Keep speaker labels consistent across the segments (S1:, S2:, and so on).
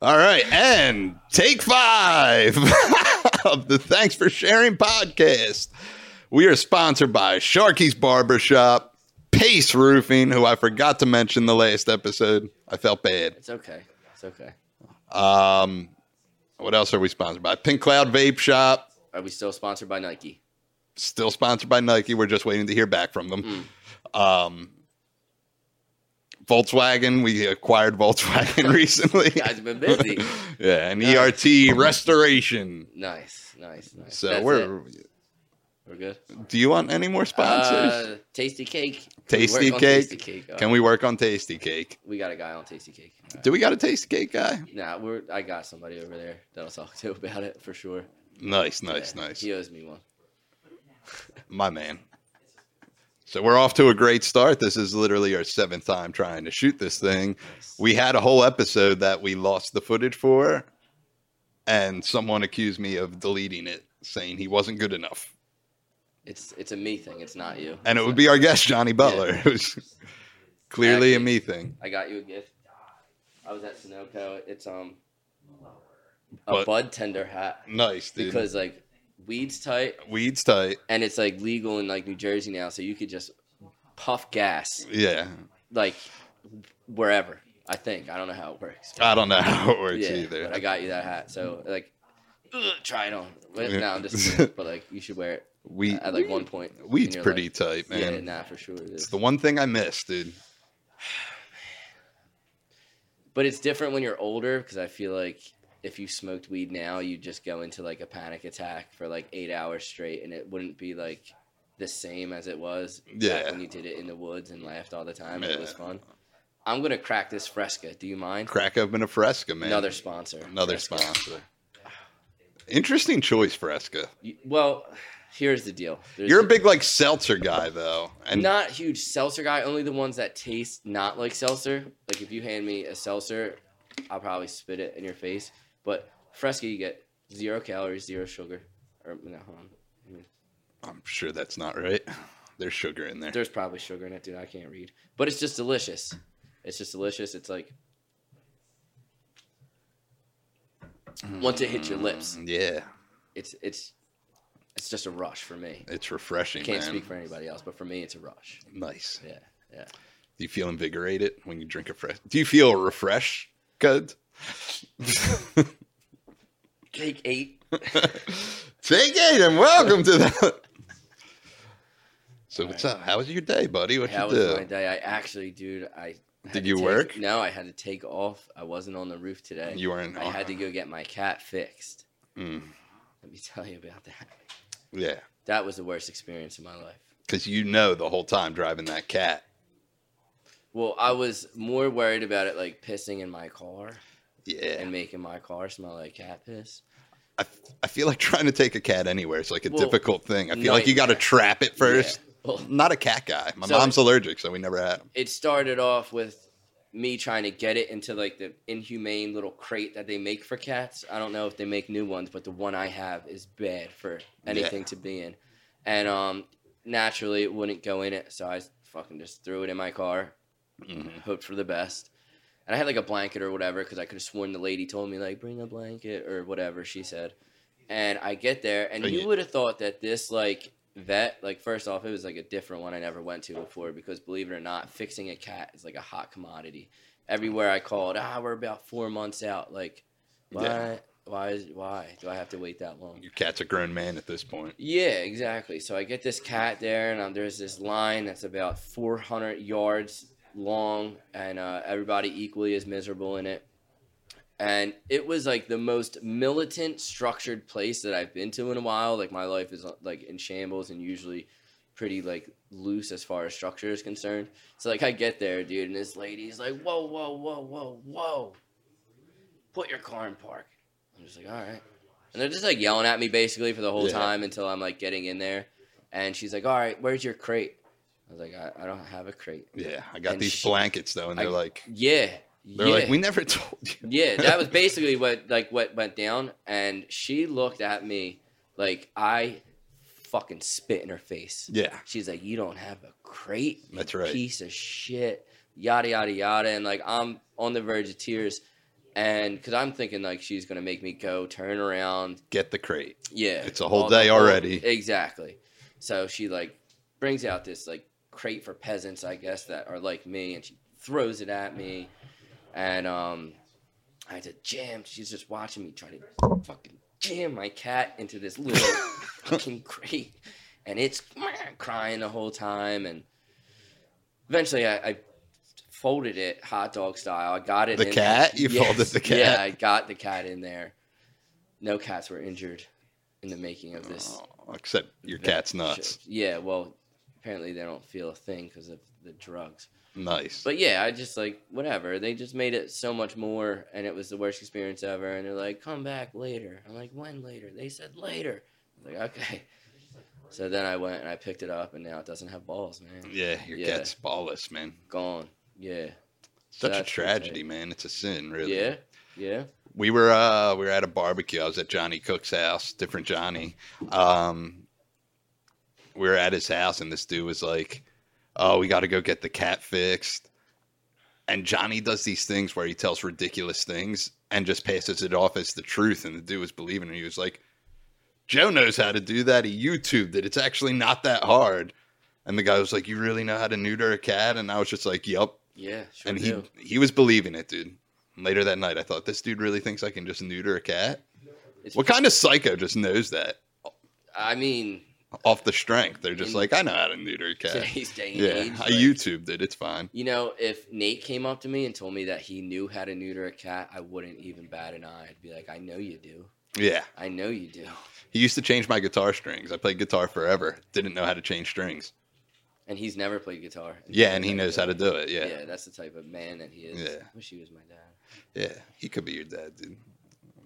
S1: All right, and take five of the Thanks for Sharing podcast. We are sponsored by Sharky's Barbershop, Pace Roofing, who I forgot to mention the last episode. I felt bad.
S2: It's okay. It's okay.
S1: Um, what else are we sponsored by? Pink Cloud Vape Shop,
S2: Are we still sponsored by Nike?
S1: still sponsored by Nike. We're just waiting to hear back from them.
S2: Hmm.
S1: Um, Volkswagen, we acquired Volkswagen recently.
S2: Guys have been busy.
S1: yeah, and ERT Restoration.
S2: nice, nice, nice.
S1: So
S2: That's
S1: we're.
S2: it. we're good.
S1: Do you want any more sponsors?
S2: Uh, tasty cake.
S1: Tasty
S2: Work on
S1: Cake?
S2: Tasty cake. Uh,
S1: Can we work on Tasty Cake?
S2: we got a guy on Tasty Cake. All right.
S1: Do we got a Tasty Cake guy?
S2: Nah, we're I got somebody over there that'll talk to about it for sure.
S1: Nice, nice,
S2: Yeah,
S1: nice.
S2: He owes me one.
S1: My man. So we're off to a great start. This is literally our seventh time trying to shoot this thing. We had a whole episode that we lost the footage for, and someone accused me of deleting it, saying he wasn't good enough.
S2: It's it's a me thing. It's not you.
S1: And it would be our guest, Johnny Butler, who's clearly a me thing.
S2: I got you a gift. I was at Sunoco. It's um a
S1: But-
S2: bud tender hat
S1: Nice, dude.
S2: because like weed's tight
S1: Weeds tight.
S2: and it's like legal in like New Jersey now, so you could just puff gas
S1: Yeah.
S2: like wherever. I think I don't know how it works.
S1: I don't know how it works
S2: yeah,
S1: either.
S2: but I got you that hat. So like, ugh, try it on. But,
S1: Yeah.
S2: No, I'm just. kidding, but like, you should wear it
S1: we,
S2: at like one point. in
S1: weed's
S2: your
S1: pretty
S2: life.
S1: tight, man.
S2: Yeah, nah, for sure. It
S1: It's
S2: is.
S1: the one thing I miss, dude.
S2: But it's different when you're older because I feel like if you smoked weed now, you'd just go into like a panic attack for like eight hours straight, and it wouldn't be like the same as it was back
S1: Yeah.
S2: when you did it in the woods and laughed all the time. and It was
S1: Yeah.
S2: fun. I'm gonna crack this Fresca. Do you mind?
S1: Crack open a Fresca, man.
S2: Another sponsor.
S1: Another
S2: Fresca.
S1: sponsor. Interesting choice, Fresca.
S2: You- well, here's the deal. There's
S1: You're a big like seltzer guy though, and
S2: not huge seltzer guy. Only the ones that taste not like seltzer. Like if you hand me a seltzer, I'll probably spit it in your face. But Fresca, you get zero calories, zero sugar. Or no, hold on. I mean,
S1: I'm sure that's not right. There's sugar in there.
S2: there's probably sugar in it, dude. I can't read. But it's just delicious. It's just delicious. It's like
S1: Mm.
S2: once it hits your lips,
S1: Yeah,
S2: it's it's it's just a rush for me.
S1: it's refreshing,
S2: Can't
S1: man.
S2: speak for anybody else, but for me, it's a rush.
S1: nice.
S2: Yeah, yeah.
S1: Do you feel invigorated when you drink a fresh? Do you feel refreshed? Good.
S2: Take eight.
S1: Take it and welcome to the. So what's up? How was your day, buddy? What
S2: How
S1: you
S2: was my
S1: do?
S2: day? I actually, dude, I had
S1: Did
S2: to
S1: you
S2: take-
S1: work?
S2: No, I had to take off. I wasn't on the roof today.
S1: You weren't.
S2: I had to go get my cat fixed.
S1: Mm,
S2: Let me tell you about that.
S1: yeah,
S2: That was the worst experience of my life.
S1: because you know the whole time driving that cat.
S2: Well, I was more worried about it like pissing in my car
S1: Yeah,
S2: and making my car smell like cat piss.
S1: I, I feel like trying to take a cat anywhere is like a
S2: Well,
S1: difficult thing. I feel like you got to
S2: nightmare.
S1: trap it first.
S2: Yeah. Well,
S1: Not a cat guy. My
S2: So-
S1: mom's allergic, so we never had him.
S2: it started off with me trying to get it into like the inhumane little crate that they make for cats. I don't know if they make new ones, but the one I have is bad for anything to be in. And um naturally it wouldn't go in it, so I fucking just threw it in my car,
S1: Mm-hmm.
S2: hoped for the best. And I had like a blanket or whatever because I could have sworn the lady told me like bring a blanket or whatever she said. And I get there and
S1: Oh,
S2: you
S1: yeah.
S2: would have thought that this like vet like first off it was like a different one I never went to before because believe it or not fixing a cat is like a hot commodity. Everywhere I called, ah, we're about four months out. Like, why?
S1: Yeah.
S2: Why? Is, why do I have to wait that long?
S1: Your cat's a grown man at this point.
S2: Yeah, exactly. So I get this cat there, and um, there's this line that's about 400 yards long, and uh, everybody equally is miserable in it. And it was like the most militant, structured place that I've been to in a while. Like my life is like in shambles, and usually pretty like loose as far as structure is concerned. So like I get there, dude, and this lady's like, "Whoa, whoa, whoa, whoa, whoa, put your car in park." I'm just like, "All right," and they're just like yelling at me basically for the whole
S1: Yeah.
S2: time until I'm like getting in there, and she's like, "All right, where's your crate?" I was like, "I, I don't have a crate."
S1: Yeah, I got
S2: And
S1: these
S2: she-
S1: blankets though, and
S2: I-
S1: they're like,
S2: Yeah,
S1: they're
S2: yeah.
S1: like, we never told you.
S2: Yeah, that was basically what like what went down, and she looked at me like I fucking spit in her face.
S1: Yeah,
S2: She's like, "You don't have a crate, you
S1: That's right.
S2: piece of shit." Yada yada yada, and like I'm on the verge of tears, and because I'm thinking like she's gonna make me go turn around.
S1: Get the crate.
S2: Yeah,
S1: It's a whole
S2: all the
S1: day already.
S2: Exactly. So she like brings out this like crate for peasants, I guess, that are like me, and she throws it at me, and um, I had to jam. She's just watching me try to fucking jam my cat into this little fucking crate, and it's crying the whole time, and eventually I. I Folded it hot dog style. I got it.
S1: The
S2: in
S1: cat? You folded the cat?
S2: Yeah, I got the cat in there. No cats were injured in the making of this.
S1: Oh, except your cat's nuts.
S2: shit. Yeah, well, apparently they don't feel a thing because of the drugs.
S1: Nice.
S2: But yeah, I just like whatever. They just made it so much more, and it was the worst experience ever. And they're like, "Come back later." I'm like, "When later?" They said later. I'm like, okay. So then I went and I picked it up, and now it doesn't have balls, man.
S1: yeah, your
S2: yeah.
S1: cat's ballless, man.
S2: Gone. Yeah.
S1: Such a
S2: That's what I'm saying.
S1: tragedy, man. It's a sin, really.
S2: Yeah. Yeah.
S1: we were uh we were at a barbecue. I was at Johnny Cook's house, different Johnny. Um we were at his house and this dude was like, "Oh, we got to go get the cat fixed." And Johnny does these things where he tells ridiculous things and just passes it off as the truth and the dude was believing it. He was like, "Joe knows how to do that. He YouTubed it. It's actually not that hard." And the guy was like, "You really know how to neuter a cat?" And I was just like, "Yep."
S2: Yeah. Sure
S1: and
S2: do.
S1: he he was believing it, dude. Later that night, I thought this dude really thinks I can just neuter a cat.
S2: It's-
S1: What kind of psycho just knows that
S2: I mean,
S1: off the strength? They're just like, I know how to neuter a cat.
S2: today's day and age.
S1: Yeah, I
S2: like-
S1: YouTubed it. It's fine.
S2: You know, if Nate came up to me and told me that he knew how to neuter a cat, I wouldn't even bat an eye. I'd be like, I know you do.
S1: Yeah,
S2: I know you do.
S1: he used to change my guitar strings. I played guitar forever. Didn't know how to change strings.
S2: And he's never played guitar.
S1: Yeah, and he knows how to do it.
S2: it.
S1: Yeah,
S2: Yeah, that's the type of man that he is.
S1: Yeah.
S2: I wish he was my dad.
S1: yeah. He could be your dad, dude.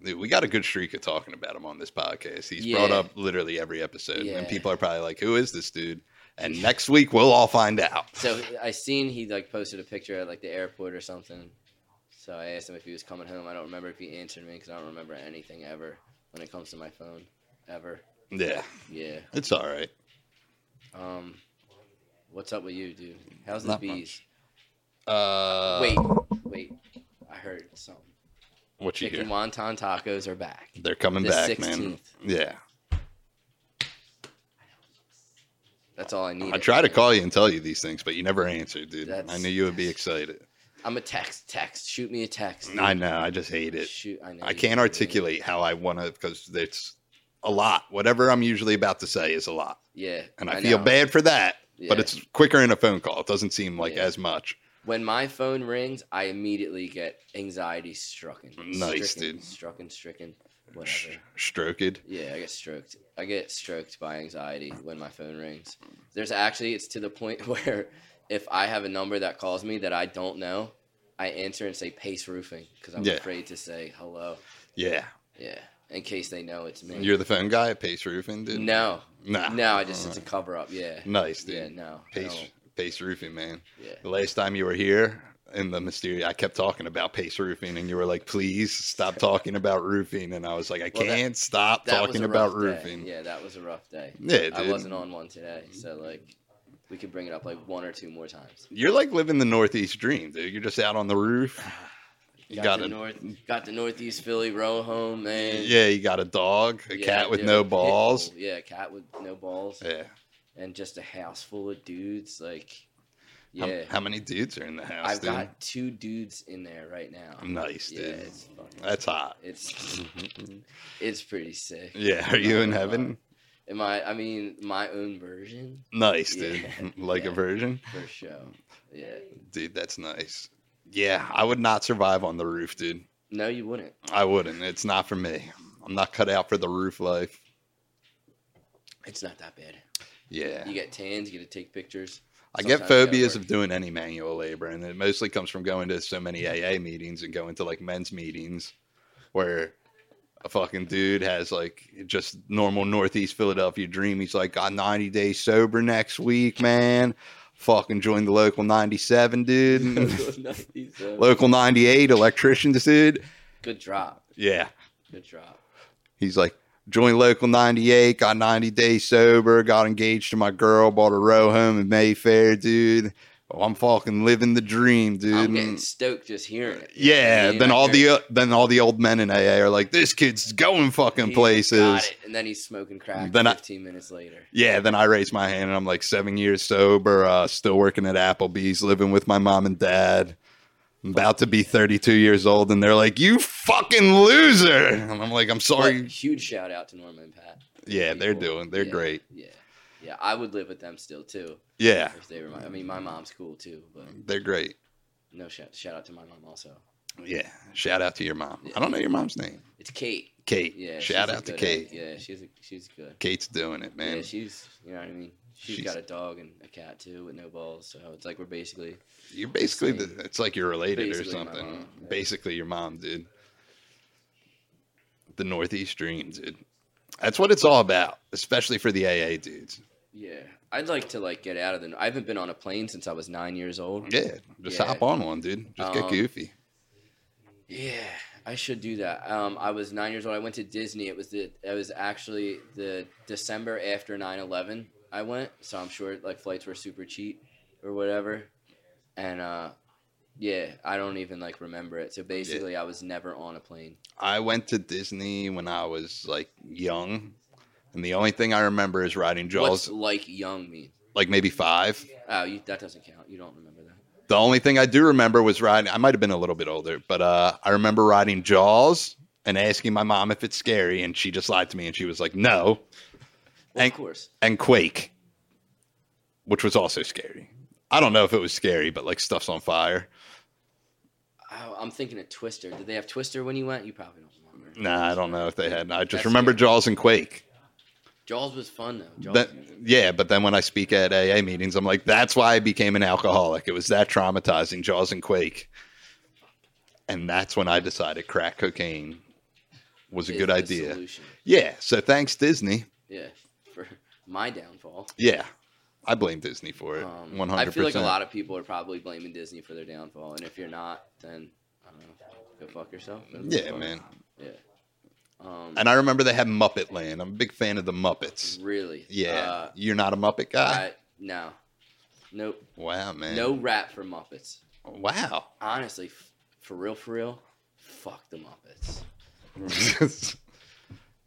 S1: Dude, we got a good streak of talking about him on this podcast. He's
S2: Yeah.
S1: brought up literally every episode,
S2: Yeah.
S1: and people are probably like, "Who is this dude?" And next week we'll all find out.
S2: So I seen he like posted a picture at like the airport or something. So I asked him if he was coming home. I don't remember if he answered me because I don't remember anything ever when it comes to my phone, ever.
S1: Yeah,
S2: Yeah.
S1: it's all right.
S2: Um, what's up with you, dude? How's the
S1: Not
S2: bees?
S1: Uh,
S2: Wait, wait. I heard something.
S1: what you
S2: Chicken
S1: hear?
S2: wonton tacos are back.
S1: They're coming
S2: The
S1: back,
S2: 16th.
S1: man. Yeah,
S2: That's all I need.
S1: I try to call you and tell you these things, but you never answered, dude. I
S2: That's-
S1: knew you would be excited.
S2: I'm a text. Text. Shoot me a text.
S1: I
S2: dude.
S1: know. I just hate it.
S2: Shoot. I know.
S1: I
S2: you
S1: can't
S2: do,
S1: articulate how I want to because it's a lot. Whatever I'm usually about to say is a lot,
S2: man. Yeah.
S1: and I, feel
S2: know.
S1: bad for that. But
S2: Yeah.
S1: it's quicker in a phone call. It doesn't seem like
S2: Yeah.
S1: as much.
S2: When my phone rings, I immediately get anxiety stricken.
S1: Nice,
S2: stricken,
S1: dude.
S2: Strucken, stricken,
S1: Sh-
S2: whatever.
S1: stroked.
S2: Yeah, I get stroked. I get stroked by anxiety when my phone rings. There's actually, it's to the point where if I have a number that calls me that I don't know, I answer and say Pace Roofing because I'm
S1: Yeah.
S2: afraid to say hello.
S1: Yeah,
S2: Yeah, in case they know it's me.
S1: you're the phone guy at Pace Roofing, dude.
S2: no,
S1: nah.
S2: no, I just it's a
S1: Alright.
S2: cover up. Yeah,
S1: nice, dude.
S2: yeah, no, I
S1: Pace,
S2: don't-
S1: Pace Roofing, man.
S2: yeah.
S1: The last time you were here in the mysterious, I kept talking about Pace Roofing, and you were like, "Please stop talking about roofing." And I was like, "I
S2: Well, that-
S1: can't stop
S2: That was
S1: talking
S2: a
S1: about
S2: rough day.
S1: roofing."
S2: Yeah, that was a rough day.
S1: Yeah, dude.
S2: I wasn't on one today, so like we could bring it up like one or two more times.
S1: You're like living the Northeast dream, dude. You're just out on the roof. You got,
S2: the
S1: a
S2: north, got the northeast Philly row home, man.
S1: yeah, you got a dog, a
S2: Yeah,
S1: cat with
S2: dude,
S1: no
S2: pit bull.
S1: balls.
S2: Yeah, cat with no balls,
S1: Yeah.
S2: and just a house full of dudes. Like,
S1: How-
S2: yeah,
S1: How, many dudes are in the house,
S2: I've
S1: dude?
S2: got two dudes in there right now.
S1: Nice,
S2: Yeah,
S1: dude.
S2: it's fucking-
S1: That's hot.
S2: it's it's pretty sick.
S1: Yeah. Are you in
S2: Uh,
S1: heaven?
S2: Am I? I mean, my own version
S1: Nice, dude.
S2: yeah,
S1: Like a
S2: yeah.
S1: virgin.
S2: for show. Yeah.
S1: Dude, that's nice. Yeah, I would not survive on the roof, dude.
S2: No, you wouldn't.
S1: I wouldn't. It's not for me. I'm not cut out for the roof life.
S2: It's not that bad.
S1: Yeah.
S2: You get tans. You get to take pictures.
S1: I get
S2: sometimes you gotta
S1: phobias
S2: work.
S1: of doing any manual labor, and it mostly comes from going to so many AA meetings and going to like men's meetings where a fucking dude has like just normal Northeast Philadelphia dream. He's like, got 90 days sober next week, man. Fucking join the local 97, dude.
S2: Nice, uh,
S1: local 98 electricians, dude.
S2: Good drop.
S1: Yeah.
S2: Good drop.
S1: He's like, joined local 98, got 90 days sober, got engaged to my girl, bought a row home in Mayfair, dude. Oh, I'm fucking living the dream, dude.
S2: I'm getting
S1: And-
S2: stoked just hearing it. you know what I
S1: yeah.
S2: mean?
S1: Then
S2: Like,
S1: all
S2: there's-
S1: the uh, then all the old men in AA are like, this kid's going fucking
S2: He's
S1: places.
S2: got it, and then he's smoking crack
S1: Then I-
S2: 15 minutes later.
S1: Yeah, then I raise my hand and I'm like seven years sober, uh, still working at Applebee's, living with my mom and dad. I'm about to be 32 years old, and they're like, "You fucking loser!" And I'm like, "I'm
S2: But
S1: sorry."
S2: huge shout out to Norma and Pat.
S1: Yeah, they're
S2: people.
S1: doing, they're
S2: Yeah,
S1: great.
S2: Yeah, yeah, I would live with them still too.
S1: Yeah,
S2: If they were my, I mean, my mom's cool too, but
S1: they're great.
S2: no shout, shout out to my mom also.
S1: Yeah, shout out to your mom. I don't know your mom's name.
S2: It's Kate.
S1: Kate.
S2: Yeah,
S1: shout
S2: she's a
S1: out to
S2: good- uh,
S1: Kate.
S2: Yeah, she's a, she's good.
S1: Kate's doing it, man.
S2: Yeah, she's you know what I mean. she's
S1: She's-
S2: got a dog and a cat too with no balls, so it's like we're basically
S1: You're basically,
S2: Same.
S1: the, it's like you're related
S2: Basically my
S1: or something.
S2: mom, yeah.
S1: Basically, your mom, dude. The Northeast dream, dude. That's what it's all about, especially for the AA dudes.
S2: yeah. I'd like to like get out of the. I haven't been on a plane since I was nine years old.
S1: Yeah, just
S2: Yeah.
S1: hop on one, dude. Just get
S2: Um,
S1: goofy.
S2: Yeah, I should do that. Um, I was nine years old. I went to Disney. It was the it was actually the December after 9-11 I went, so I'm sure like flights were super cheap or whatever. And uh, yeah, I don't even like remember it. So basically, I was never on a plane.
S1: I went to Disney when I was like young, and the only thing I remember is riding Jaws,
S2: What's like young mean?
S1: like maybe five.
S2: Oh, you, that doesn't count. You don't remember that.
S1: The only thing I do remember was riding. I might have been a little bit older, but uh, I remember riding Jaws and asking my mom if it's scary, and she just lied to me, and she was like, "No."
S2: Well,
S1: And-
S2: of course.
S1: and Quake, which was also scary. I don't know if it was scary, but like stuff's on fire.
S2: Oh, I'm thinking of Twister. Did they have Twister when you went? You probably don't remember.
S1: Nah, I don't know if they had. I just
S2: That's
S1: remember
S2: scary.
S1: Jaws and Quake.
S2: Jaws was fun though. Jaws
S1: That,
S2: was good.
S1: yeah, but then when I speak at AA meetings, I'm like, that's why I became an alcoholic. It was that traumatizing, Jaws and Quake. And that's when I decided crack cocaine was a
S2: Is
S1: good
S2: the
S1: idea.
S2: solution.
S1: Yeah. So thanks, Disney.
S2: Yeah, for my downfall.
S1: Yeah. I blame Disney for it.
S2: Um,
S1: 100%.
S2: I feel like a lot of people are probably blaming Disney for their downfall, and if you're not, then I don't know, go fuck yourself. Go
S1: yeah,
S2: fuck-
S1: man.
S2: Yeah. Um,
S1: And I remember they had Muppet Land. I'm a big fan of the Muppets.
S2: really.
S1: Yeah.
S2: Mm, Uh,
S1: You're not a Muppet guy?
S2: I, no. Nope.
S1: wow, man.
S2: No rap for Muppets.
S1: Wow.
S2: Honestly, f- for real, for real, fuck the Muppets.
S1: you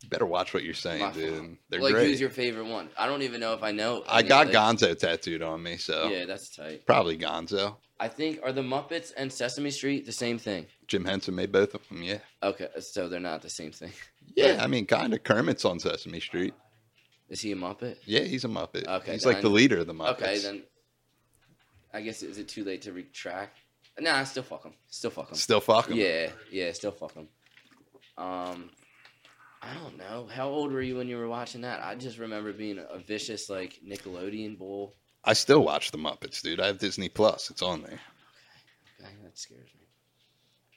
S1: better watch what you're saying,
S2: My
S1: dude.
S2: fault.
S1: They're
S2: like,
S1: great.
S2: who's your favorite one? I don't even know if I know.
S1: I
S2: any,
S1: got
S2: like-
S1: Gonzo tattooed on me, so
S2: Yeah, that's tight.
S1: probably Gonzo.
S2: I think are the Muppets and Sesame Street the same thing?
S1: Jim Henson made both of them, yeah.
S2: Okay, so they're not the same thing.
S1: Yeah, I mean, kind of. Kermit's on Sesame Street.
S2: Is he a Muppet?
S1: Yeah, he's a Muppet.
S2: Okay,
S1: he's
S2: then
S1: like
S2: I-
S1: the leader of the Muppets.
S2: Okay, then. I guess is it too late to retract? Nah, still fuck him. Still fuck him.
S1: Still fuck him.
S2: Yeah, yeah, still fuck him. Um, I don't know. How old were you when you were watching that? I just remember being a vicious like Nickelodeon bull.
S1: I still watch the Muppets, dude. I have Disney Plus. It's on there.
S2: Okay, that scares me.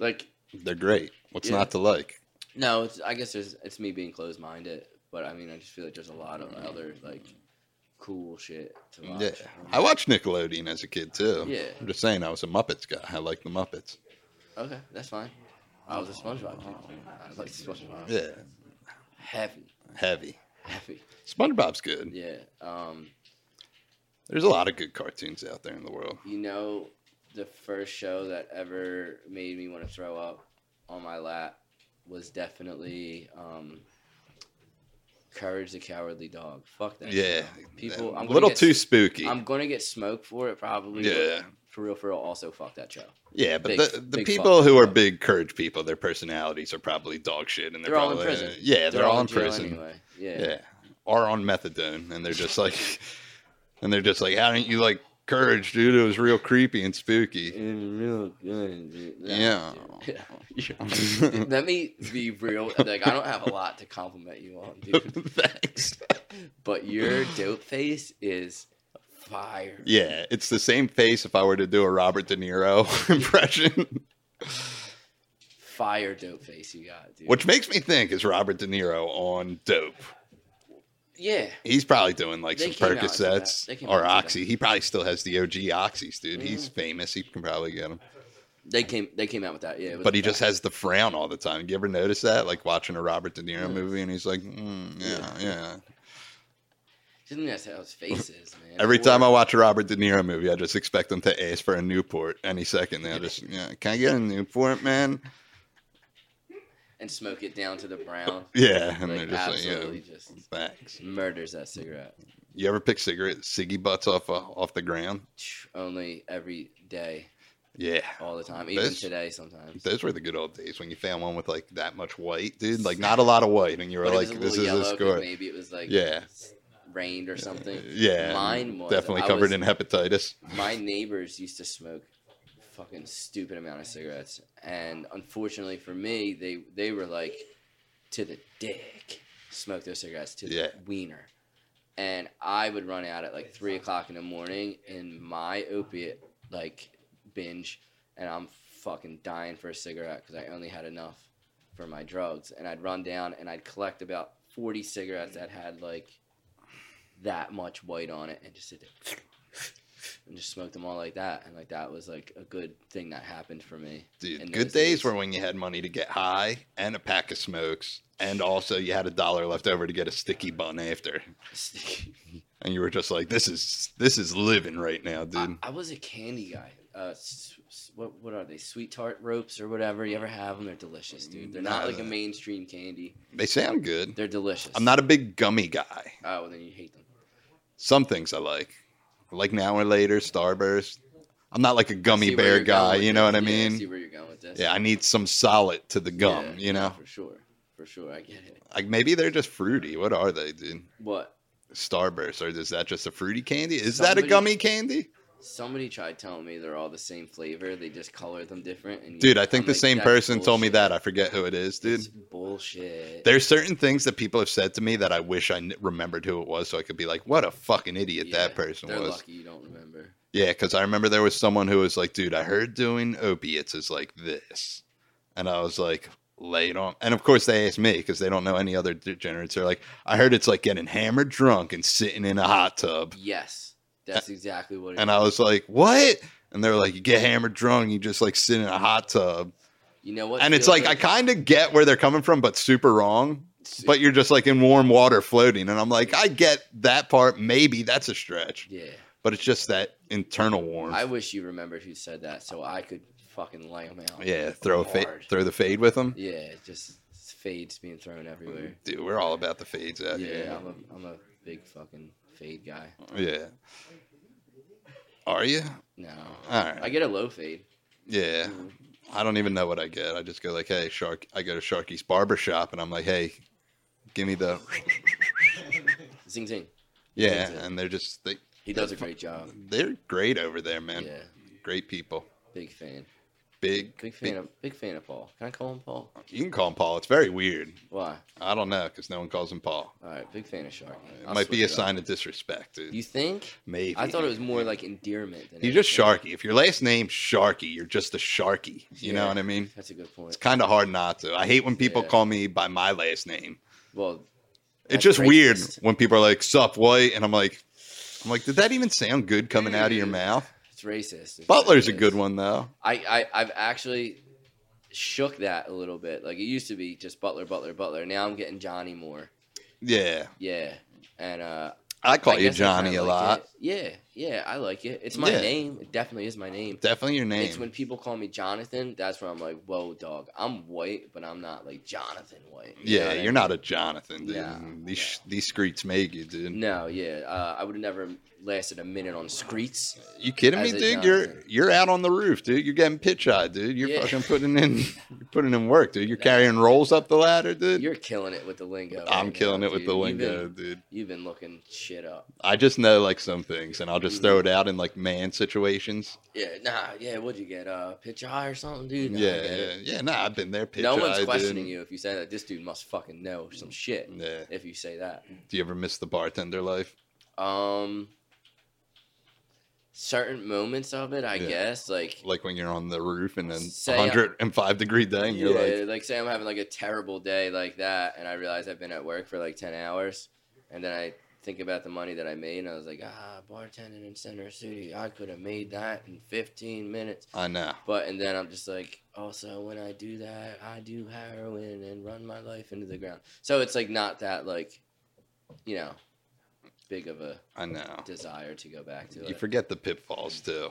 S2: Like
S1: They're great. What's
S2: Yeah.
S1: not to like?
S2: no, it's I guess there's it's me being closed minded, but I mean I just feel like there's a lot of other like cool shit to watch.
S1: Yeah. I watched Nickelodeon as a kid, too.
S2: Yeah.
S1: I'm just saying, I was a Muppets guy. I like the Muppets.
S2: Okay, that's fine. I was a SpongeBob. Dude. I like SpongeBob.
S1: Yeah.
S2: Heavy,
S1: Heavy.
S2: heavy.
S1: SpongeBob's good.
S2: Yeah. Um,
S1: There's a lot of good cartoons out there in the world.
S2: you know, the first show that ever made me want to throw up on my lap was definitely um, Courage the Cowardly Dog. Fuck that.
S1: Yeah.
S2: show. People, I'm
S1: a
S2: gonna
S1: little
S2: get-
S1: too spooky.
S2: I'm gonna get smoked for it probably. but
S1: Yeah.
S2: For real, for real. Also, fuck that show.
S1: Yeah, but
S2: Big-
S1: the, the
S2: big
S1: people
S2: fuck.
S1: who are big courage people, their personalities are probably dog shit, and they're,
S2: They're all in
S1: probably-
S2: prison.
S1: Yeah, they're, all, in
S2: jail
S1: prison.
S2: anyway. Yeah.
S1: Yeah, or on methadone, and they're just like, and they're just like, how didn't you like courage, dude? It was real creepy and spooky.
S2: And real good. dude. Nah,
S1: Yeah.
S2: dude. Let me be real. Like I don't have a lot to compliment you on, dude.
S1: Thanks.
S2: But your dope face is fire.
S1: Yeah, it's the same face if I were to do a Robert De Niro impression,
S2: Fire dope face you got, dude.
S1: which makes me think is Robert De Niro on dope.
S2: Yeah.
S1: He's probably doing like
S2: They
S1: some
S2: came out to that. They
S1: Percocets
S2: came
S1: or
S2: out to that.
S1: Oxy. He probably still has the OG Oxys, dude. He's
S2: Mhm.
S1: famous. He can probably get them.
S2: They came they came out with that, yeah. it was
S1: But he
S2: the
S1: just has the frown all the time. You ever notice that? Like watching a Robert De Niro
S2: Mm. Yeah.
S1: movie and he's like, mm, yeah, yeah.
S2: best. Didn't that's how his face is, man.
S1: Every time I watch a Robert De Niro movie, I just expect him to ask for a Newport any second now. Just yeah, can I get a Newport, man?
S2: and smoke it down to the brown.
S1: Yeah, and
S2: like,
S1: they're just like,
S2: absolutely
S1: yeah,
S2: just
S1: thanks.
S2: murders that cigarette.
S1: You ever pick cigarette ciggy butts off uh, off the ground?
S2: Only every day,
S1: Yeah,
S2: all the time, even
S1: This-
S2: today sometimes.
S1: those were the good old days when you found one with like that much white, dude. Like not a lot of white, and you were
S2: But it was
S1: like,
S2: a
S1: "This
S2: little
S1: is a
S2: yellow 'cause
S1: score."
S2: Maybe it was like
S1: Yeah.
S2: rained or something.
S1: Yeah,
S2: Mine was-
S1: definitely
S2: I
S1: covered
S2: was-
S1: in hepatitis.
S2: my neighbors used to smoke fucking stupid amount of cigarettes and unfortunately for me they they were like to the dick smoke those cigarettes to
S1: Yeah.
S2: the wiener and i would run out at like three o'clock in the morning in my opiate like binge and i'm fucking dying for a cigarette because i only had enough for my drugs and i'd run down and i'd collect about 40 cigarettes that had like that much white on it and just sit there and just smoked them all like that and like that was like a good thing that happened for me in
S1: Dude,
S2: those
S1: good days
S2: days.
S1: were when you had money to get high and a pack of smokes, and also you had a dollar left over to get a sticky bun after, and you were just like, "This is this is living right now, dude."
S2: I, I was a candy guy uh s- s- what, what are they sweet tart ropes or whatever you ever have them they're delicious dude they're not
S1: Nah,
S2: like a
S1: nah.
S2: mainstream candy
S1: they sound good.
S2: they're delicious
S1: I'm not a big gummy guy.
S2: oh well, then you hate them
S1: Some things I like, like now or later, Starburst. I'm not like a gummy
S2: See where
S1: bear
S2: you're going
S1: guy.
S2: with
S1: You know
S2: this.
S1: what I
S2: Yeah,
S1: mean?
S2: see where you're going with this
S1: Yeah, I need some solid to the gum.
S2: Yeah,
S1: you know,
S2: for sure for sure i get it
S1: like maybe they're just fruity. What are they, dude?
S2: what
S1: Starburst, or is that just a fruity candy? Is that a
S2: Somebody-
S1: gummy candy?
S2: somebody tried telling me they're all the same flavor they just color them different and
S1: Dude, I think
S2: I'm
S1: the
S2: like,
S1: same
S2: "That's
S1: person told me
S2: bullshit.
S1: that. I forget who it is, dude.
S2: It's bullshit
S1: There's certain things that people have said to me that I wish I kn- remembered who it was, so I could be like, "What a fucking idiot that
S2: Yeah,
S1: person
S2: they're
S1: was."
S2: lucky you don't remember
S1: Yeah, because I remember there was someone who was like, dude, I heard doing opiates is like this. And I was like, lay it on. And of course, they asked me because they don't know any other degenerates. They're like, I heard it's like getting hammered drunk and sitting in a hot tub.
S2: yes that's exactly what it
S1: And I was like, what? And they're like, you get hammered drunk, you just like sit in a hot tub.
S2: You know what?
S1: And it's like, I kind of get where they're coming from, but super wrong.
S2: of,
S1: But you're just like in warm water floating. And I'm like, I get that part. Maybe that's a stretch,
S2: yeah,
S1: but it's just that internal warmth.
S2: I wish you remembered who said that, so I could fucking lay them out.
S1: Yeah, throw a fa-
S2: Hard.
S1: throw the fade with them.
S2: Yeah, it just fades being thrown everywhere.
S1: Dude, we're all about the fades
S2: Yeah,
S1: out here.
S2: I'm a I'm a big fucking fade guy.
S1: Yeah. Are you?
S2: No,
S1: All right.
S2: I Mm-hmm. get a low fade.
S1: yeah. I don't even know what I get. I just go like, "Hey, Shark." I go to Sharky's barber shop, and I'm like, "Hey, give me the."
S2: Zing zing.
S1: Yeah,
S2: That's it.
S1: and they're just they
S2: He does a great job.
S1: they're great over there, man.
S2: Yeah,
S1: Great people.
S2: big fan.
S1: Big
S2: Big fan of big fan of Paul. Can I call him Paul?
S1: You can call him Paul. It's very weird.
S2: Why?
S1: I don't know because no one calls him Paul.
S2: All right, big fan of Shark.
S1: It might be a sign of disrespect, dude.
S2: You think?
S1: Maybe.
S2: I thought it was more like endearment. Than
S1: You're just
S2: anything.
S1: Sharky. If your last name's Sharky, you're just a Sharky. You know
S2: Yeah.
S1: what I mean?
S2: That's a good
S1: It's
S2: point.
S1: kind of hard not to. I hate when people
S2: Yeah.
S1: call me by my last name.
S2: Well,
S1: It's
S2: That's
S1: just weird
S2: racist.
S1: when people are like, "Sup, white," and I'm like, "I'm like, did that even sound good coming out of your
S2: Dude.
S1: mouth?"
S2: it's racist. It's
S1: Butler's a
S2: racist.
S1: good one though.
S2: I, I I've actually shook that a little bit. Like it used to be just Butler, Butler, Butler. Now I'm getting Johnny more.
S1: Yeah,
S2: Yeah, and uh,
S1: I call
S2: I
S1: you
S2: guess I
S1: Johnny a
S2: kinda like
S1: lot.
S2: it. Yeah, yeah, I like it. It's my
S1: Yeah.
S2: name. It definitely is my name.
S1: Definitely your
S2: It's
S1: name.
S2: when people call me Jonathan. That's where I'm like, whoa, dog. I'm white, but I'm not like Jonathan White. You know
S1: yeah,
S2: what I
S1: you're not a Jonathan, dude.
S2: No,
S1: these sh these streets made you, dude.
S2: No, yeah, uh, I would have never lasted a minute on Screets.
S1: You kidding me,
S2: As a
S1: dude? You're
S2: Jonathan.
S1: you're out on the roof, dude. You're getting pitch eye, dude. You're
S2: Yeah.
S1: fucking putting in you're putting in work, dude. You're carrying rolls up the ladder, dude.
S2: You're killing it with the lingo. right
S1: I'm
S2: now,
S1: killing it with
S2: dude.
S1: the
S2: You've been-
S1: lingo, dude.
S2: You've been looking shit up.
S1: I just know like some things, and I'll just
S2: Mhm.
S1: throw it out in like man situations.
S2: Yeah, nah, yeah. What'd you get? Uh, pitch high or something, dude? Nah, I
S1: yeah,
S2: get
S1: yeah,
S2: it.
S1: yeah. Nah, I've been there. Pitch
S2: no one's
S1: eyed,
S2: questioning
S1: dude.
S2: you if you say that. This dude must fucking know some shit.
S1: Yeah.
S2: If you say that,
S1: Do you ever miss the bartender life?
S2: um, certain moments of it, I
S1: Yeah.
S2: guess, like
S1: Like when you're on the roof and then
S2: Say I-
S1: 105 degree day, and you're
S2: yeah,
S1: like,
S2: like, say I'm having like a terrible day like that, and I realize I've been at work for like ten hours, and then I think about the money that I made, and I was like, ah, bartending in Center City, I could have made that in fifteen minutes.
S1: I know.
S2: But and then I'm just like, also when I do that, I do heroin and run my life into the ground. So it's like not that like, you know, big of a
S1: I know.
S2: desire to go back to
S1: You
S2: it.
S1: forget the pitfalls too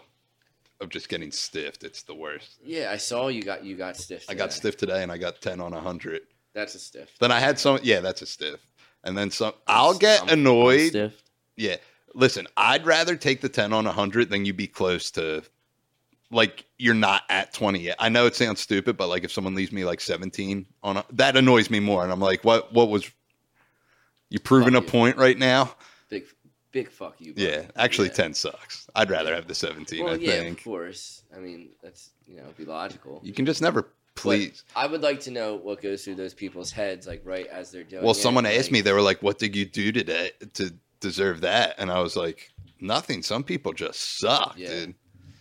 S1: of just getting stiffed. It's the worst.
S2: yeah, I saw you got you got stiff.
S1: I got
S2: today.
S1: stiff today and I got 10 on 100.
S2: That's a stiff.
S1: Then I had some, yeah, that's a stiff. And then some, I'll get
S2: I'm- I'm
S1: annoyed.
S2: Stiff.
S1: Yeah. Listen, I'd rather take the 10 on 100 than you be close to like you're not at 20 yet. I know it sounds stupid, but like if someone leaves me like 17 on a, that annoys me more and I'm like, "What what was you proving
S2: Fuck
S1: a
S2: you.
S1: point right now?"
S2: Big big fuck you. bro.
S1: Yeah, actually
S2: Yeah.
S1: 10 sucks. I'd rather have the 17,
S2: Well,
S1: I
S2: yeah,
S1: think.
S2: of course. I mean, that's you know, be logical.
S1: You can just never please.
S2: I would like to know what goes through those people's heads, like right as they're doing.
S1: well,
S2: it,
S1: someone
S2: like-
S1: asked me they were like, "What did you do today to deserve that?" And I was like, "Nothing. Some people just suck,
S2: Yeah.
S1: dude."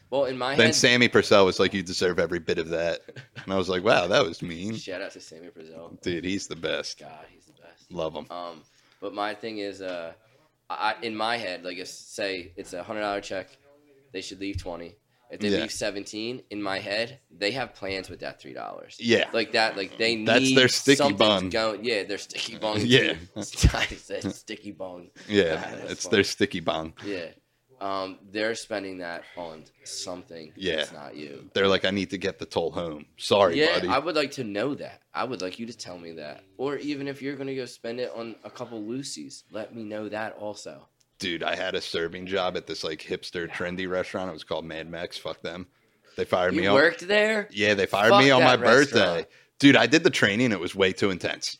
S2: Well, in my
S1: Then
S2: head,
S1: Sammy Purcell was like, "You deserve every bit of that," and I was like, "Wow, that was mean,
S2: shout out to Sammy Brazil.
S1: dude. He's the best.
S2: God, he's the best.
S1: Love him."
S2: Um, but my thing is, uh, I in my head, like if say it's a hundred dollar check, they should leave twenty. If they
S1: Yeah.
S2: leave seventeen, in my head, they have plans with that three dollars.
S1: Yeah,
S2: Like that, like they need
S1: That's their sticky
S2: something
S1: bun.
S2: Going, yeah, their sticky bun.
S1: Yeah.
S2: I said sticky bun.
S1: yeah.
S2: that's
S1: it's
S2: funny.
S1: their sticky bond.
S2: Yeah. Um, they're spending that on something
S1: Yeah.
S2: that's not you.
S1: They're like, "I need to get the toll home." Sorry,
S2: yeah,
S1: buddy.
S2: I would like to know that. I would like you to tell me that. Or even if you're gonna go spend it on a couple Lucy's, let me know that also.
S1: dude, I had a serving job at this like hipster trendy restaurant. It was called Mad Max. Fuck them. They fired me.
S2: You
S1: on-
S2: worked there?
S1: Yeah, they fired
S2: Fuck
S1: me on my
S2: that
S1: birthday.
S2: restaurant.
S1: Dude, I did the training. It was way too intense.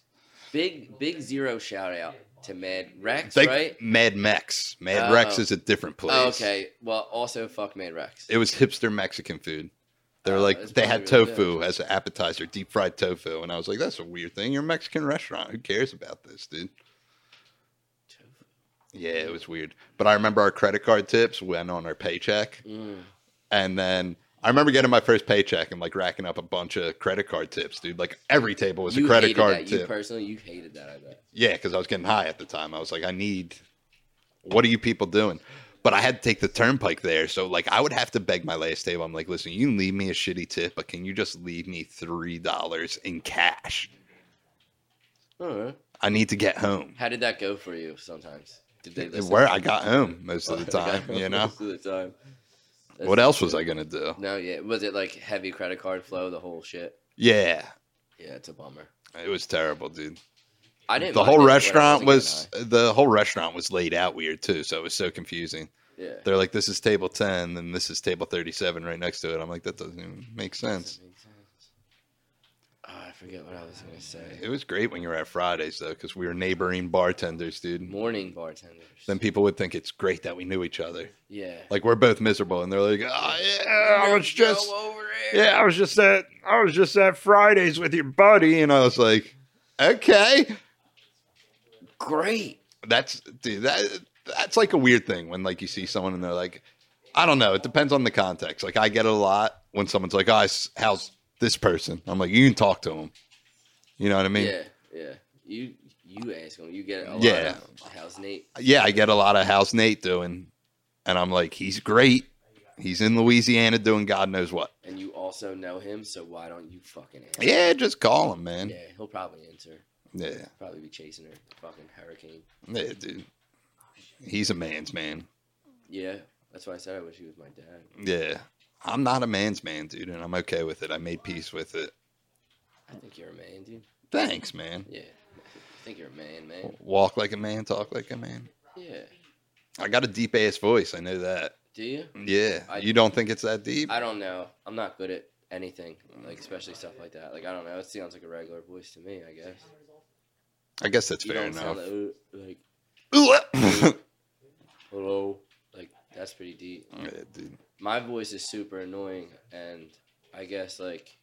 S2: Big big zero shout out to Mad Rex,
S1: They,
S2: right?
S1: Mad Mex. Mad Rex
S2: Oh.
S1: is a different place.
S2: Oh, okay. Well also fuck Mad Rex.
S1: It was hipster Mexican food. They were
S2: Oh,
S1: like,
S2: that's
S1: they had
S2: probably really
S1: tofu as an appetizer, deep fried tofu. And I was like, that's a weird thing. You're a Mexican restaurant. Who cares about this, dude? Yeah, it was weird. But I remember our credit card tips went on our paycheck.
S2: Mm.
S1: And then I remember getting my first paycheck and like racking up a bunch of credit card tips, dude. Like every table was
S2: you
S1: a credit
S2: hated
S1: card
S2: that. You
S1: tip.
S2: personally you hated that, I bet.
S1: Yeah, because I was getting high at the time. I was like, I need. What are you people doing? But I had to take the turnpike there, so like I would have to beg my last table. I'm like, listen, you can leave me a shitty tip, but can you just leave me three dollars in cash?
S2: Alright.
S1: I need to get home.
S2: How did that go for you sometimes? Did they listen?
S1: Where I got home most of the time,
S2: Yeah,
S1: you know.
S2: most of the time. That's-
S1: What else was I gonna do?
S2: No, yeah. Was it like heavy credit card flow, the whole shit?
S1: Yeah,
S2: Yeah, it's a bummer.
S1: it was terrible, dude.
S2: I didn't.
S1: The
S2: mind it
S1: whole
S2: when I
S1: restaurant was
S2: wasn't
S1: the whole restaurant was laid out weird too, so it was so confusing.
S2: getting high.
S1: They're like, this is table ten, and this is table thirty-seven right next to it. I'm like, that doesn't even make
S2: Yeah.
S1: sense.
S2: Doesn't make sense. Oh, I forget what I was gonna say.
S1: It was great when you were at Fridays though, because we were neighboring bartenders, dude.
S2: Morning bartenders.
S1: Then people would think it's great that we knew each other.
S2: yeah.
S1: Like we're both miserable, and they're like, "Oh yeah, I was
S2: Go
S1: just,
S2: over there.
S1: yeah, I was just at, I was just at Fridays with your buddy," and I was like, "Okay,
S2: Great.
S1: that's dude, that that's like a weird thing when like you see someone and they're like, I don't know, it depends on the context. Like I get it a lot when someone's like, "Oh, I s- how's this person?" I'm like, "You can talk to him," you know what I mean?
S2: yeah, yeah. You you ask them. You get it. A
S1: Yeah.
S2: Lot of, How's Nate?
S1: yeah, I get a lot of how's Nate doing, and I'm like, he's great. He's in Louisiana doing God knows what.
S2: And you also know him, so why don't you fucking ask?
S1: Yeah, just call him, man.
S2: Yeah, he'll probably answer.
S1: Yeah,
S2: Probably be chasing her. Fucking hurricane.
S1: yeah, dude. He's a man's man.
S2: Yeah, that's why I said I wish he was my dad.
S1: Yeah, I'm not a man's man, dude, and I'm okay with it. I made peace with it.
S2: I think you're a man, dude.
S1: Thanks, man.
S2: Yeah. I think you're a man, man.
S1: Walk like a man, talk like a man.
S2: Yeah.
S1: I got a deep ass voice. I know that.
S2: Do you?
S1: Yeah,
S2: I-
S1: you don't think it's that deep?
S2: I don't know. I'm not good at anything, like especially stuff like that. Like I don't know. It sounds like a regular voice to me. I guess.
S1: I guess that's
S2: you
S1: fair
S2: don't
S1: enough. ah!
S2: sound like, "Uh, like
S1: yeah,
S2: hello. Like that's pretty deep.
S1: dude.
S2: My voice is super annoying, and I guess like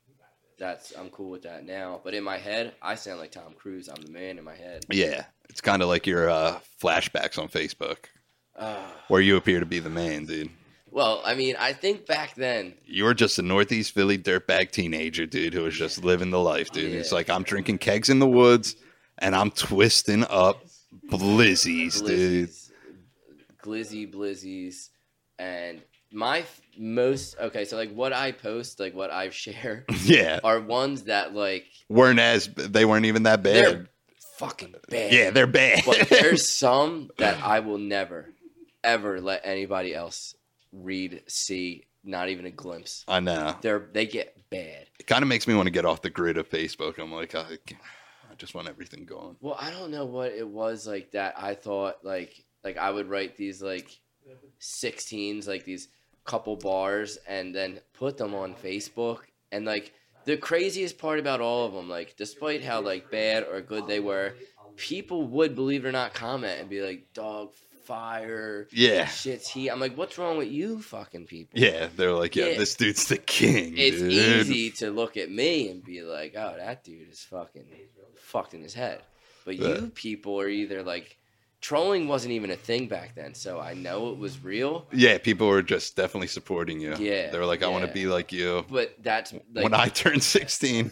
S2: that's I'm cool with that now. But in my head, I sound like Tom Cruise. I'm the man in my head.
S1: yeah, it's kind of like your uh, flashbacks on Facebook.
S2: Ah.
S1: where you appear to be the man, dude.
S2: well, I mean, I think back then
S1: You were just a Northeast Philly dirtbag teenager, dude, who was just living the life, dude. It's
S2: Oh, Yeah.
S1: like I'm drinking kegs in the woods and I'm twisting up blizzies, dude.
S2: Blizzies, glizzy blizzies, and my f- most okay. So like what I post, like what I share,
S1: Yeah,
S2: are ones that like
S1: weren't as they weren't even that bad.
S2: They're- fucking bad.
S1: Yeah, they're bad.
S2: but there's some that I will never, ever let anybody else read, see, not even a glimpse.
S1: I know.
S2: They're they get bad.
S1: It kind of makes me want to get off the grid of Facebook. I'm like, I, I just want everything gone.
S2: Well, I don't know what it was like that. I thought like like I would write these like 16s, like these couple bars, and then put them on Facebook. And like the craziest part about all of them, like despite how like bad or good they were, people would believe it or not comment and be like, "Dog fire."
S1: Yeah.
S2: Shit's he. I'm like, what's wrong with you fucking people?
S1: Yeah, they're like, yeah,
S2: Yeah.
S1: this dude's the king.
S2: It's
S1: dude.
S2: easy to look at me and be like, oh, that dude is fucking fucked in his head. But
S1: Yeah.
S2: you people are either like, trolling wasn't even a thing back then, so I know it was real,
S1: Yeah, people were just definitely supporting you.
S2: Yeah,
S1: They're like, I want to
S2: yeah.
S1: be like you.
S2: but that's like
S1: when I turned 16.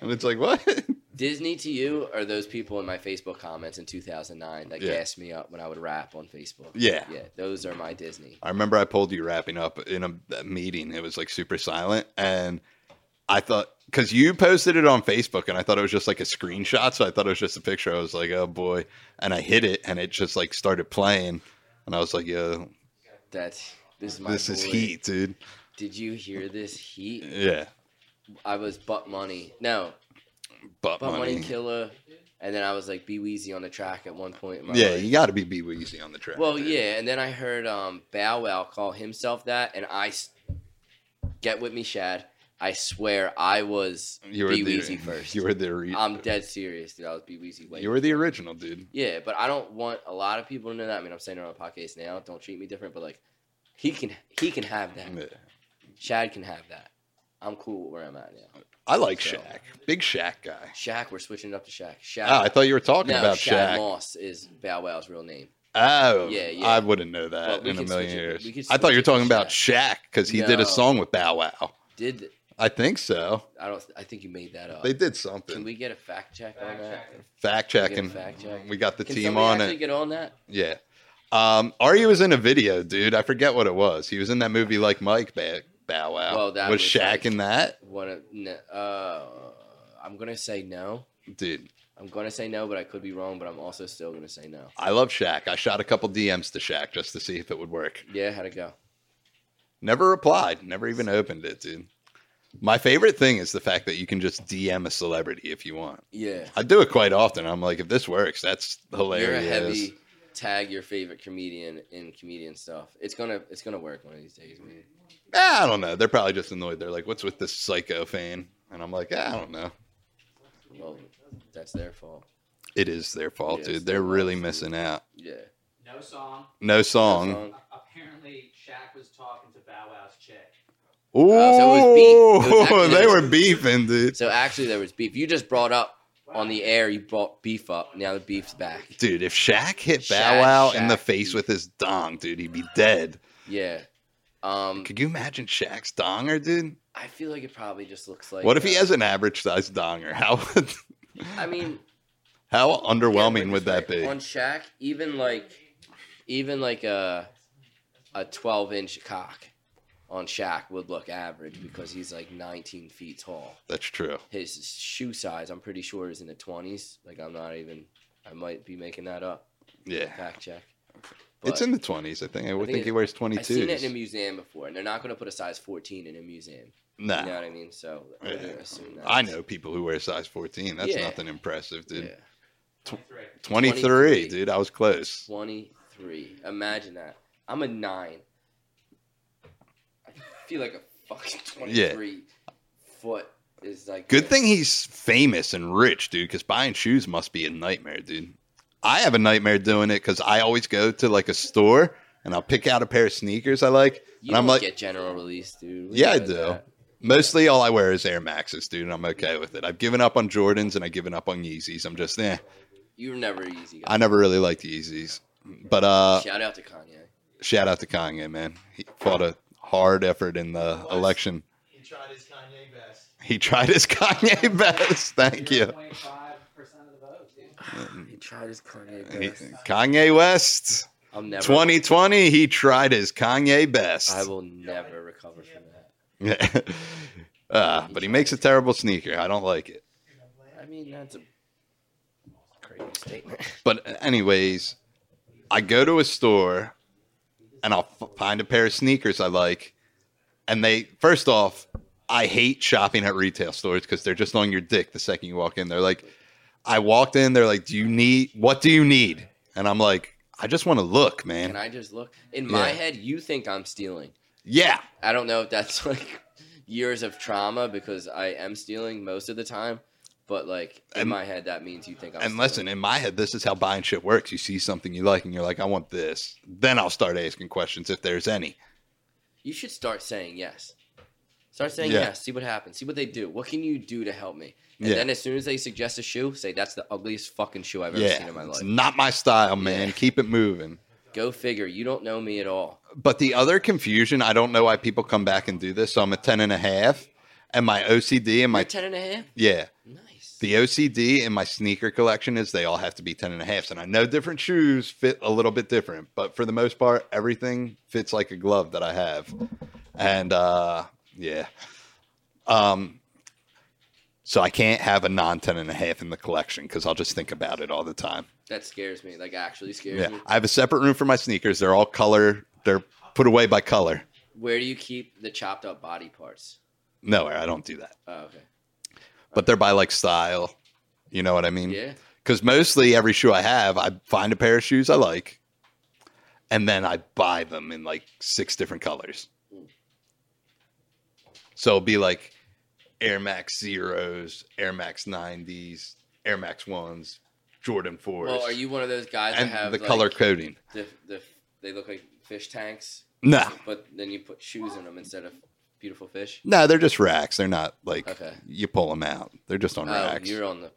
S1: And it's like, what?
S2: Disney to you are those people in my Facebook comments in 2009 that
S1: Yeah.
S2: gassed me up when I would rap on Facebook.
S1: Yeah.
S2: Yeah, those are my Disney.
S1: I remember I pulled you wrapping up in a, a meeting. It was like super silent. And I thought, because you posted it on Facebook and I thought it was just like a screenshot. So I thought it was just a picture. I was like, oh boy. And I hit it and it just like started playing. And I was like, yo,
S2: That's this is my
S1: this is
S2: boy.
S1: heat, dude.
S2: Did you hear this heat?
S1: Yeah.
S2: I was butt money. No,
S1: Butt,
S2: Butt Money
S1: money.
S2: Killer, and then I was like Be Weezy on the track at one point. In my
S1: Yeah,
S2: life.
S1: you got to be B Weezy on the track.
S2: Well,
S1: dude.
S2: yeah, and then I heard um, Bow Wow call himself that, and I s- get with me, Shad. I swear I was
S1: You were
S2: Be
S1: the,
S2: Weezy first.
S1: You were the ori-
S2: I'm dead serious, dude. I was Be Weezy way.
S1: You were the original, dude.
S2: yeah, but I don't want a lot of people to know that. I mean, I'm saying it on a podcast now. Don't treat me different, but like he can he can have that.
S1: Yeah.
S2: Shad can have that. I'm cool with where I'm at now.
S1: I like
S2: So-
S1: Shaq. Big Shaq guy.
S2: Shaq, we're switching it up to Shaq. Shaq.
S1: Ah, I thought you were talking
S2: no,
S1: about
S2: Shad
S1: Shaq.
S2: Moss is Bow Wow's real name.
S1: Oh,
S2: Yeah, yeah.
S1: I wouldn't know
S2: Well,
S1: that
S2: we
S1: in a
S2: could
S1: million
S2: switch it-
S1: years.
S2: we could
S1: I thought
S2: switch
S1: you were
S2: it to
S1: talking about Shaq because he did
S2: No.
S1: a song with Bow Wow.
S2: Did
S1: I think so.
S2: I don't I think you made that up.
S1: They did
S2: Uh, Can
S1: something.
S2: we get a fact check on that?
S1: fact
S2: we get a
S1: checking.
S2: fact check?
S1: We got the
S2: Can
S1: team
S2: somebody
S1: on
S2: actually
S1: it.
S2: get on that?
S1: Yeah. Um, Ari was in a video, dude. I forget what it was. He was in that movie like Mike back. Bow Wow.
S2: Well, that
S1: was,
S2: was
S1: Shaq
S2: like-
S1: in that,
S2: One of no, uh, I'm gonna say no.
S1: dude.
S2: I'm gonna say no, but I could be wrong. But I'm also still gonna say no.
S1: I love Shaq. I shot a couple DMs to Shaq just to see if it would work.
S2: Yeah, how'd it go?
S1: Never replied. Never even opened it, dude. My favorite thing is the fact that you can just DM a celebrity if you want.
S2: Yeah,
S1: I do it quite often. I'm like, if this works, that's
S2: you're a
S1: hilarious.
S2: heavy tag your favorite comedian in comedian stuff. It's gonna it's gonna work one of these days, man.
S1: Ah, I don't know. They're probably just annoyed. They're like, what's with this psycho fan? And I'm like, ah, I don't know.
S2: Well, that's their fault.
S1: It is their fault,
S2: Yes,
S1: dude.
S2: their
S1: They're really
S2: fault,
S1: missing out.
S2: Yeah.
S3: No song.
S1: No song.
S2: Song.
S3: Apparently, Shaq was talking to Bow Wow's chick.
S1: Ooh,
S2: Oh, so it was beef. It was actually-
S1: they were beefing, dude.
S2: So actually, there was beef. You just brought up on the air. You brought beef up. Now the beef's back.
S1: Dude, if Shaq hit
S2: Shaq,
S1: Bow Wow in the
S2: Shaq,
S1: face
S2: dude.
S1: with his dong, dude, he'd be dead.
S2: Yeah. Um,
S1: Could you imagine Shaq's donger, dude?
S2: I feel like it probably just looks like.
S1: What if he
S2: uh,
S1: has an average sized donger? How
S2: I mean,
S1: how
S2: yeah,
S1: underwhelming
S2: like
S1: would that
S2: for-
S1: be?
S2: On Shaq, even like, even like a a twelve inch cock on Shaq would look average because he's like nineteen feet tall.
S1: That's true.
S2: His shoe size, I'm pretty sure, is in the twenties. Like I'm not even. I might be making that up.
S1: Yeah.
S2: Fact check.
S1: it's in the twenties, I think. I, would
S2: think
S1: think he
S2: it-
S1: wears
S2: I've seen it in a
S1: 22s.
S2: museum before, and they're not going to put a size 14 in a museum.
S1: Nah,
S2: You know what I mean? So we're
S1: Yeah.
S2: gonna assume that.
S1: I know people who wear size 14. That's
S2: Yeah.
S1: nothing impressive, dude.
S2: Yeah.
S3: 23.
S1: 23,
S2: 23.
S1: dude. I was close.
S2: 23. Imagine that. I'm a nine. I feel like a fucking 23 foot is like.
S1: Good
S2: this.
S1: thing he's famous and rich, dude, because buying shoes must be a nightmare, dude. I have a nightmare doing it because I always go to like a store and I'll pick out a pair of sneakers I like. and
S2: You don't
S1: I'm like,
S2: get general release, dude.
S1: Yeah, I
S2: know
S1: do.
S2: that.
S1: Mostly all I wear is Air Maxes, dude, and I'm okay with it. I've given up on Jordans and I've given up on Yeezys. I'm just eh.
S2: You were never easy.
S1: I
S2: Guy.
S1: never really liked Yeezys. But uh
S2: Shout out to Kanye.
S1: shout out to Kanye, man. He fought a hard effort in the election.
S4: He tried his Kanye best.
S1: He tried his Kanye best. Thank you.
S3: 0.5% of the vote, dude.
S2: He tried his Kanye
S1: He-
S2: best.
S1: Kanye West.
S2: I'm never.
S1: 2020, he tried his Kanye best.
S2: I will never recover from that.
S1: Ah, uh, but he makes a terrible sneaker. I don't like it.
S2: I mean, that's a. statement.
S1: But uh, anyways, I go to a store and I'll f- find a pair of sneakers I like. And they first off, I hate shopping at retail stores because they're just on your dick the second you walk in. They're like, I walked in, they're like, Do you need what do you need? And I'm like, I just want to look, man.
S2: Can I just look? In my
S1: Yeah.
S2: head, you think I'm stealing.
S1: yeah.
S2: I don't know if that's like years of trauma because I am stealing most of the time, but like in
S1: And-
S2: my head, that means you think I'm.
S1: And listen,
S2: stealing.
S1: in my head, this is how buying shit works. You see something you like and you're like, I want this. Then I'll start asking questions if there's any.
S2: you should start saying yes. Start saying
S1: Yeah.
S2: yes. See what happens. See what they do. What can you do to help me? And
S1: Yeah.
S2: then as soon as they suggest a shoe, say that's the ugliest fucking shoe I've ever seen
S1: Yeah.
S2: in my
S1: It's
S2: life.
S1: not my style, man.
S2: Yeah.
S1: Keep it moving.
S2: Go figure. You don't know me at all.
S1: But the other confusion, I don't know why people come back and do this. So I'm a 10 and a half, and my OCD and
S2: My
S1: my,
S2: ten and a half.
S1: yeah,
S2: Nice.
S1: the OCD in my sneaker collection is they all have to be 10 and a halfs. And I know different shoes fit a little bit different, but for the most part, everything fits like a glove that I have. And uh, yeah. Um, so I can't have a non 10 and a half in the collection because I'll just think about it all the time.
S2: that scares me. Like actually scares
S1: Yeah.
S2: me.
S1: I have a separate room for my sneakers. They're all color, they're put away by color.
S2: Where do you keep the chopped up body parts?
S1: No, I don't do that.
S2: Oh, okay.
S1: but they're by like style. You know what I mean?
S2: Yeah.
S1: Because mostly every shoe I have, I find a pair of shoes I like, and then I buy them in like six different colors. So it'll be like Air Max Zeros, Air Max Nineties, Air Max Ones, Jordan Fours,
S2: Well, are you one of those guys that
S1: and
S2: have
S1: the
S2: like,
S1: color coding.
S2: The, the, they look like fish tanks,
S1: No,
S2: but then you put shoes in them instead of beautiful fish.
S1: no, they're just racks. They're not like
S2: Okay.
S1: you pull them out. They're just on
S2: Oh,
S1: racks.
S2: you're on the.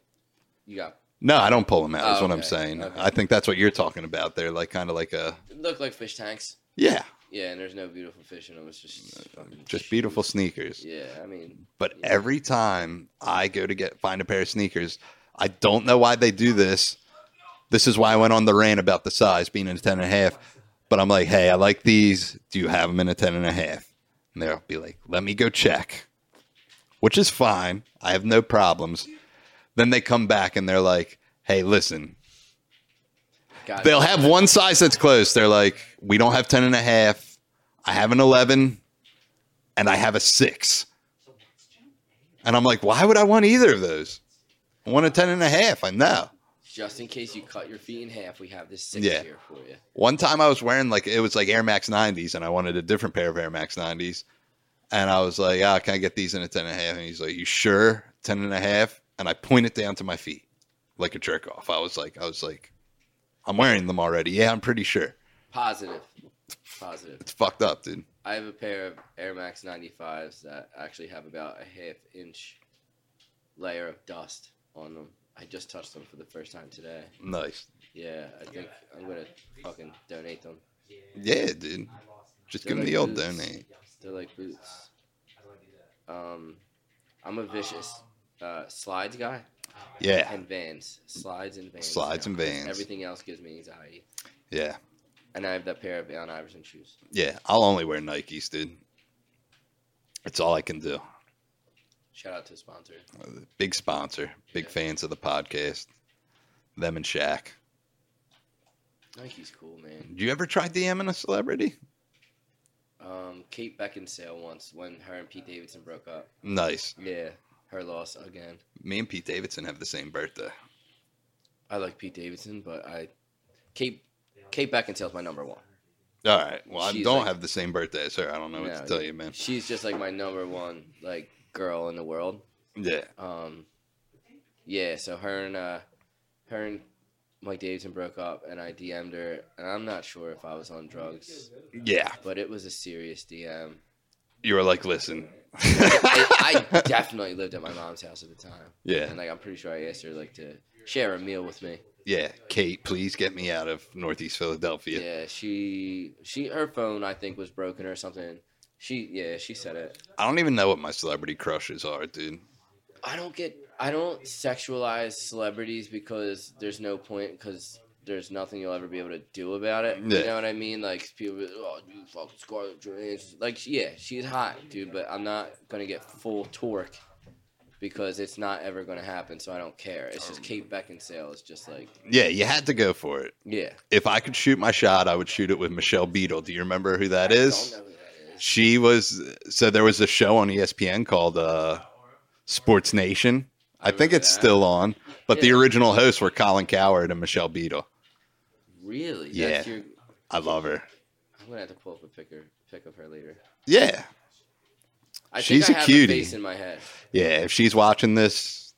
S2: You got
S1: No, I don't pull them out.
S2: Oh,
S1: Is what I'm
S2: okay,
S1: saying.
S2: okay.
S1: I think that's what you're talking about. They're like kind of like a
S2: look like fish tanks.
S1: yeah.
S2: Yeah, and there's no beautiful fish in them. It's just fucking
S1: Uh, just
S2: shoes.
S1: beautiful sneakers.
S2: Yeah, I mean,
S1: But
S2: Yeah.
S1: every time I go to get find a pair of sneakers, I don't know why they do this. This is why I went on the rant about the size being in a 10 and a half. But I'm like, hey, I like these. Do you have them in a 10 and a half? And they'll be like, let me go check, which is fine. I have no problems. Then they come back and they're like, hey, listen,
S2: God,
S1: they'll have one size that's close. They're like, we don't have 10 and a half. I have an 11 and I have a six. And I'm like, why would I want either of those? I want a 10 and a half. I know.
S2: just in case you cut your feet in half, we have this six
S1: Yeah.
S2: here for you.
S1: One time I was wearing like, it was like Air Max 90s and I wanted a different pair of Air Max 90s. And I was like, ah, can I get these in a 10 and a half? And he's like, you sure? 10 and a half. And I pointed down to my feet like a jerk off. I was like, I was like, I'm wearing them already. Yeah, I'm pretty sure.
S2: Positive, positive.
S1: It's fucked up, dude.
S2: I have a pair of Air Max 95s that actually have about a half inch layer of dust on them. I just touched them for the first time today.
S1: Nice.
S2: Yeah, I think I'm gonna fucking donate them.
S1: Yeah, dude. Just give him the old donate.
S2: They're like
S3: Uh,
S2: boots. Um, I'm a vicious
S3: Um,
S2: uh, slides guy
S3: uh,
S1: Yeah,
S2: and Vans. Slides and Vans.
S1: Slides and Vans.
S2: Everything else gives me anxiety.
S1: yeah,
S2: And I have that pair of Allen Iverson shoes.
S1: yeah. I'll only wear Nikes, dude. That's all I can do.
S2: Shout out to the sponsor.
S1: Big sponsor, big fans of the podcast. Them and Shaq.
S2: Nike's cool, man.
S1: You ever try DMing a celebrity?
S2: Um, Kate Beckinsale once when her and Pete Davidson broke up.
S1: Nice.
S2: Yeah, her loss again.
S1: Me and Pete Davidson have the same birthday.
S2: I like Pete Davidson, but I Kate Kate Beckinsale's my number one.
S1: All right. Well, I
S2: She's
S1: don't
S2: like-
S1: have the same birthday as her. I don't know what
S2: No,
S1: to tell you, man.
S2: She's just like my number one like girl in the world.
S1: Yeah.
S2: Um, yeah, so her and uh, her and Mike Davidson broke up, and I DM'd her, and I'm not sure if I was on drugs,
S1: Yeah.
S2: but it was a serious DM.
S1: You were like, listen.
S2: I, I definitely lived at my mom's house at the time,
S1: yeah.
S2: and like I'm pretty sure I asked her like to share a meal with me.
S1: Yeah. Kate, please get me out of Northeast Philadelphia.
S2: Yeah, she she her phone I think was broken or something. She yeah she said it.
S1: I don't even know what my celebrity crushes are, dude.
S2: I don't get I don't sexualize celebrities because there's no point because there's nothing you'll ever be able to do about it. You
S1: Yeah.
S2: know what I mean? Like people, be like, oh, you fucking Scarlett Johansson. Like yeah, she's hot, dude, but I'm not gonna get full torque because it's not ever going to happen. So I don't care. It's just Kate Beckinsale is just like
S1: Yeah, you had to go for it.
S2: yeah.
S1: If I could shoot my shot, I would shoot it with Michelle Beadle. Do you remember who that
S2: I don't
S1: is?
S2: know who that is.
S1: She was so there was a show on E ESPN called uh, Sports Nation. I think
S2: remember
S1: it's
S2: that.
S1: still on, but the
S2: Yeah.
S1: original hosts were Colin Coward and Michelle Beadle.
S2: Really? That's
S1: Yeah.
S2: your,
S1: I love her.
S2: I'm gonna have to pull up a picker pick of her later.
S1: Yeah,
S2: I
S1: She's
S2: think
S1: a
S2: I have
S1: cutie.
S2: a face in my head.
S1: yeah. If she's watching this,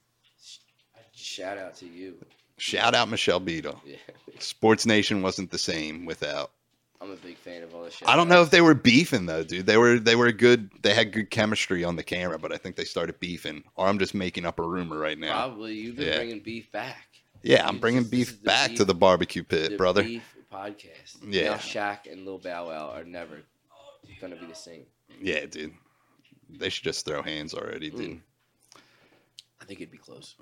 S2: Shout out to you.
S1: shout out Michelle Beadle.
S2: Yeah,
S1: Sports Nation wasn't the same without.
S2: I'm a big fan of all this shit.
S1: I don't know if they were beefing though, dude. They were they were good. They had good chemistry on the camera, but I think they started beefing. Or I'm just making up a rumor right now.
S2: Probably you've been
S1: Yeah.
S2: bringing beef back.
S1: yeah, I'm
S2: This
S1: bringing
S2: is- this is
S1: beef
S2: the
S1: back
S2: beef-
S1: to the barbecue pit,
S2: The
S1: Uh, brother.
S2: Beef podcast.
S1: Yeah.
S2: Now Shaq and Lil Bow Wow are never gonna be the same.
S1: Yeah, dude. They should just throw hands already, dude.
S2: Mm. I think it'd be close.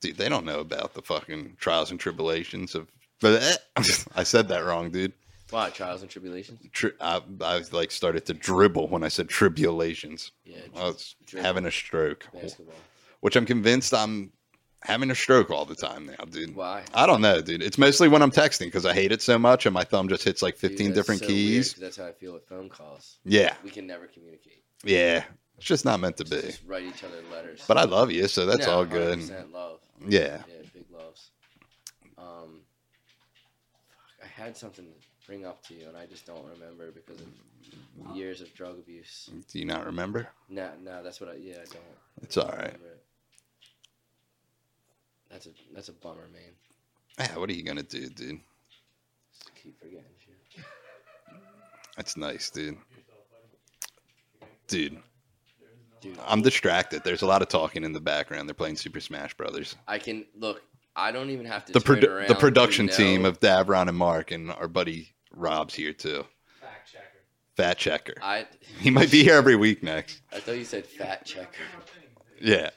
S1: Dude, they don't know about the fucking trials and tribulations of. But I said that wrong, dude.
S2: Wow, trials and tribulations.
S1: Tri- I, I was like started to dribble when I said tribulations.
S2: Yeah,
S1: I was
S2: Dribble.
S1: having a stroke,
S2: basketball.
S1: which I'm convinced I'm having a stroke all the time now, dude.
S2: Why?
S1: I don't know, dude. It's mostly when I'm texting because I hate it so much, and my thumb just hits like
S2: Dude,
S1: 15
S2: that's
S1: different
S2: so weird,
S1: keys.
S2: 'cause that's how I feel with phone calls.
S1: Yeah,
S2: We can never communicate.
S1: yeah. It's just not meant to
S2: Just,
S1: be.
S2: just write each other letters.
S1: But I love you, so that's
S2: No,
S1: all good.
S2: 100% Love.
S1: Yeah.
S2: Yeah, big loves. Um, fuck, I had something to bring up to you, and I just don't remember because of years of drug abuse.
S1: Do you not remember?
S2: No, no, that's what I. Yeah, I don't
S1: It's all right.
S2: remember it. That's a that's a bummer, man.
S1: Yeah, Ah, what are you gonna do, dude?
S2: Just keep forgetting shit.
S1: That's nice, dude. Dude,
S2: Dude,
S1: I'm distracted. There's a lot of talking in the background. They're playing Super Smash Brothers.
S2: I can look. I don't even have to.
S1: The
S2: turn
S1: produ-
S2: around
S1: the
S2: to
S1: production
S2: know-
S1: team of Davron and Mark and our buddy Rob's here too.
S3: Fact checker.
S1: Fat Checker.
S2: I.
S1: He might be here every week next.
S2: I thought you said fat checker.
S1: Yeah,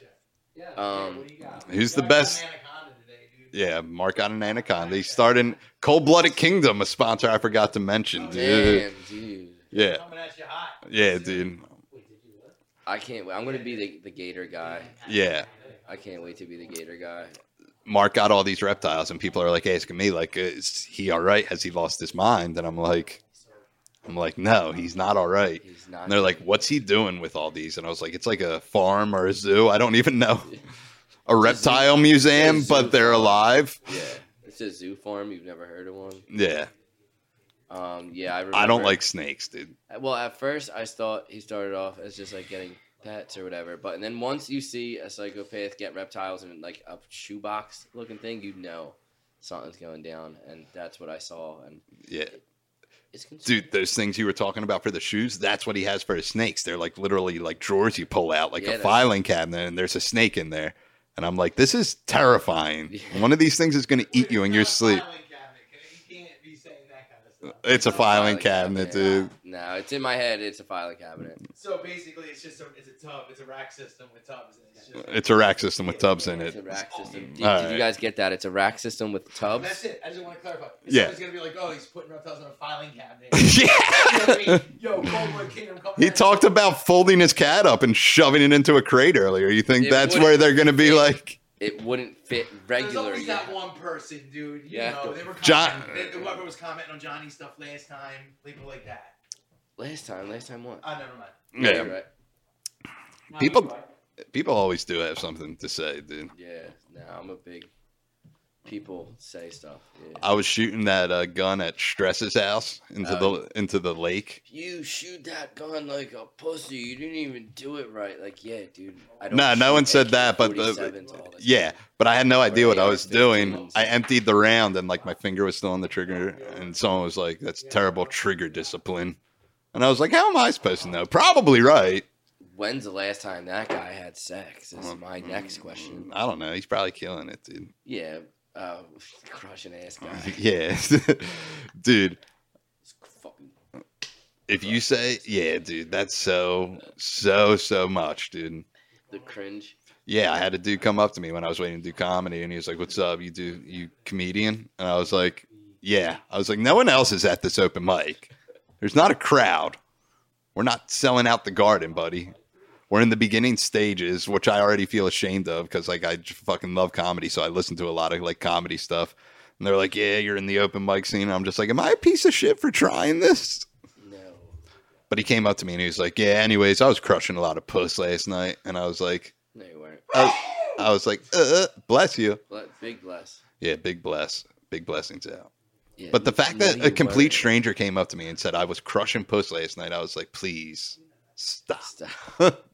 S3: Yeah.
S2: Um,
S3: what do you got?
S1: who's the
S4: Got
S1: best?
S4: an anaconda today, dude.
S1: Yeah, Mark on an anaconda. He's starting Cold Blooded Kingdom, a sponsor I forgot to mention,
S2: Oh,
S1: dude.
S2: Damn, dude.
S1: Yeah,
S4: Coming at you hot.
S1: yeah, dude.
S3: Wait, did you what?
S2: I can't wait. I'm gonna be the, the gator guy.
S1: Yeah.
S2: I can't wait to be the gator guy.
S1: Mark got all these reptiles, and people are like asking me, like, is he all right? Has he lost his mind? And I'm like, I'm like, no, he's not all right.
S2: He's not.
S1: And they're like, what's he doing with all these? And I was like, it's like a farm or a zoo. I don't even know. A reptile
S2: a
S1: museum,
S2: zoo
S1: but they're
S2: farm.
S1: alive.
S2: Yeah, it's a zoo farm. You've never heard of one.
S1: Yeah,
S2: Um, yeah, I. Remember,
S1: I don't like snakes, dude.
S2: Uh, Well, at first I thought he started off as just like getting pets or whatever, but and then once you see a psychopath get reptiles in like a shoebox looking thing, you know something's going down, and that's what I saw. And
S1: Yeah,
S2: it's concerning.
S1: dude, those things you were talking about for the shoes, that's what he has for his snakes. They're like literally like drawers you pull out, like
S2: Yeah,
S1: a
S2: that's-
S1: filing cabinet, and there's a snake in there. And I'm like, this is terrifying.
S2: Yeah.
S1: One of these things is going to eat you in your
S4: It's not a
S1: sleep.
S4: filing cabinet, okay? You can't be saying that kind of stuff.
S1: It's a filing cabinet, dude.
S2: No, it's in my head. It's a filing cabinet.
S4: So basically, it's just a, it's a tub, it's a rack system with tubs, and it's just.
S1: It's a rack system with tubs in
S2: It's a
S1: it.
S2: rack system. Did,
S1: All
S2: did
S1: right.
S2: you guys get that? It's a rack system with
S4: And that's
S2: tubs.
S4: it. I just want to clarify. It's
S1: Yeah.
S4: yeah. gonna be like, oh, he's putting reptiles in a filing cabinet. you know what I
S1: yeah.
S4: mean? Yo, Coldwood Kingdom, come
S1: He
S4: at
S1: talked
S4: you.
S1: about folding his cat up and shoving it into a crate earlier. You think
S2: It
S1: that's
S2: wouldn't
S1: where they're going to be
S2: fit.
S1: like,
S2: It wouldn't fit
S4: There's
S2: regular.
S4: always that one person, dude. You
S2: Yeah.
S4: know, they were
S1: John-
S4: commenting- they- whoever was commenting on Johnny stuff last time, people like that.
S2: Last time, last time what?
S4: Oh, never mind.
S1: yeah,
S2: Right.
S1: People- people always do have something to say, dude.
S2: Yeah, no, I'm a big people say stuff. Yeah.
S1: I was shooting that uh, gun at Stress's house into
S2: Oh.
S1: the into the lake.
S2: you shoot that gun like a pussy. You didn't even do it right. Like, yeah, dude. I
S1: Nah, no
S2: shoot
S1: one said that, but the-
S2: AK-47s all the
S1: Yeah,
S2: time.
S1: but I had no idea what I
S2: AR-15s.
S1: was doing. I emptied the round and like my finger was still on the trigger, and someone was like, "That's terrible trigger discipline," and I was like, "How am I supposed to know?" Probably right.
S2: When's the last time that guy had sex? Is my
S1: Mm,
S2: next question.
S1: I don't know. He's probably killing it, dude.
S2: Yeah, uh, crushing ass guy.
S1: yeah, dude.
S2: It's fucking-
S1: If you say, yeah, dude, that's so, so, so much, dude.
S2: the cringe.
S1: Yeah, I had a dude come up to me when I was waiting to do comedy, and he was like, "What's up? You do you comedian?" And I was like, "Yeah." I was like, "No one else is at this open mic. There's not a crowd. We're not selling out the garden, buddy. We're in the beginning stages, which I already feel ashamed of because like I j- fucking love comedy, so I listen to a lot of like comedy stuff. And they're like, "Yeah, you're in the open mic scene." I'm just like, "Am I a piece of shit for trying this?"
S2: No.
S1: But he came up to me and he was like, "Yeah, anyways, I was crushing a lot of puss last night," and I was like,
S2: No, you weren't.
S1: "I, I was like, uh, bless you."
S2: Ble- Big bless.
S1: Yeah, big bless, big blessings out.
S2: Yeah,
S1: But the
S2: you-
S1: fact
S2: no,
S1: that
S2: you
S1: a complete
S2: weren't.
S1: stranger came up to me and said I was crushing puss last night, I was like, please stop.
S2: Stop.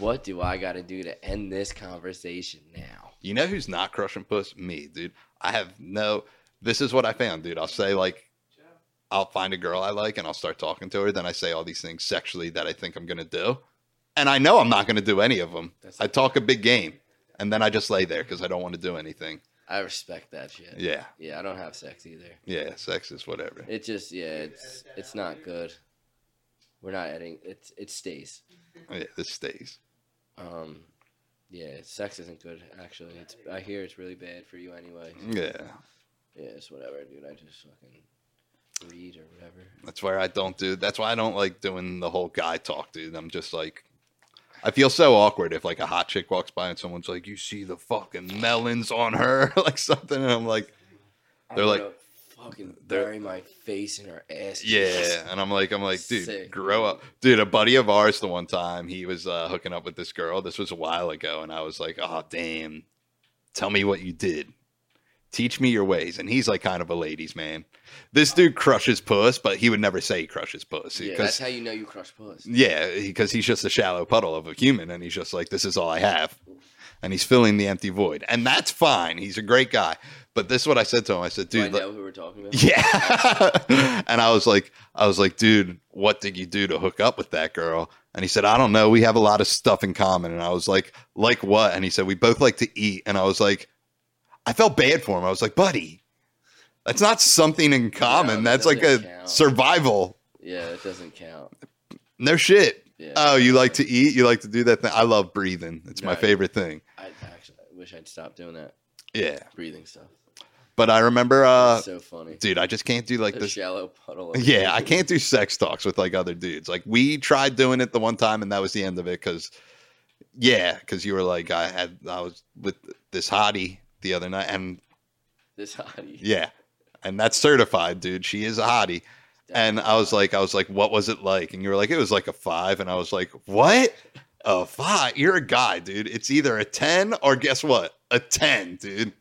S2: what do I got to do to end this conversation now?
S1: You know who's not crushing puss? Me, dude. I have no. This is what I found, dude. I'll say like, I'll find a girl I like and I'll start talking to her. Then I say all these things sexually that I think I'm gonna do, and I know I'm not gonna do any of them.
S2: That's-
S1: I talk a big game, and then I just lay there because I don't want to do anything.
S2: I respect that shit. Yeah.
S1: Yeah,
S2: I don't have sex either.
S1: yeah. Sex is whatever.
S2: It just yeah, it's it's not good. We're not editing. It it stays.
S1: Yeah, this stays.
S2: Um, yeah, sex isn't good actually. It's I hear it's really bad for you anyway.
S1: Yeah.
S2: Yeah, it's whatever, dude. I just fucking read or whatever.
S1: That's where I don't do. That's why I don't like doing the whole guy talk, dude. I'm just like, I feel so awkward if like a hot chick walks by and someone's like, "You see the fucking melons on her," like something, and I'm like, They're
S2: I'm
S1: like-
S2: gonna fucking
S1: they're-
S2: bury my face in her ass.
S1: "Yeah," and I'm like, I'm like, dude,
S2: Sick.
S1: grow up, dude. A buddy of ours, the one time he was uh, hooking up with this girl. This was a while ago, and I was like, "Oh damn, tell me what you did." Teach me your ways, and he's like kind of a ladies' man. This dude crushes puss, but he would never say he crushes puss
S2: yeah.
S1: because
S2: That's how you know you crush puss.
S1: Yeah, because he's just a shallow puddle of a human, and he's just like, this is all I have. And he's filling the empty void. And that's fine. He's a great guy. But this is what I said to him. I said,
S2: Do I
S1: dude,
S2: know
S1: like,
S2: who we're talking about?
S1: yeah. and I was like, I was like, dude, what did you do to hook up with that girl? And he said, I don't know. We have a lot of stuff in common. And I was like, like what? And he said, we both like to eat. And I was like, I felt bad for him. I was like, buddy, that's not something in common.
S2: that
S1: that's like a
S2: doesn't count.
S1: survival.
S2: Yeah, it doesn't count.
S1: No shit.
S2: Yeah.
S1: Oh, you like to eat? You like to do that thing? I love breathing. It's my
S2: Right.
S1: favorite thing.
S2: I actually I wish I'd stopped doing that
S1: Yeah.
S2: breathing stuff.
S1: But I remember, uh,
S2: It's so funny.
S1: dude, I just can't do like
S2: a
S1: this.
S2: shallow puddle. of-
S1: Yeah, I can't do sex talks with like other dudes. Like we tried doing it the one time, and that was the end of it. Because yeah, because you were like, I had, I was with this hottie the other night, and
S2: This hottie.
S1: yeah, and that's certified, dude. She is a hottie. And I was like, I was like, what was it like? And you were like, it was like a five. And I was like, what? A five? You're a guy, dude. It's either a 10 or guess what? A 10, dude.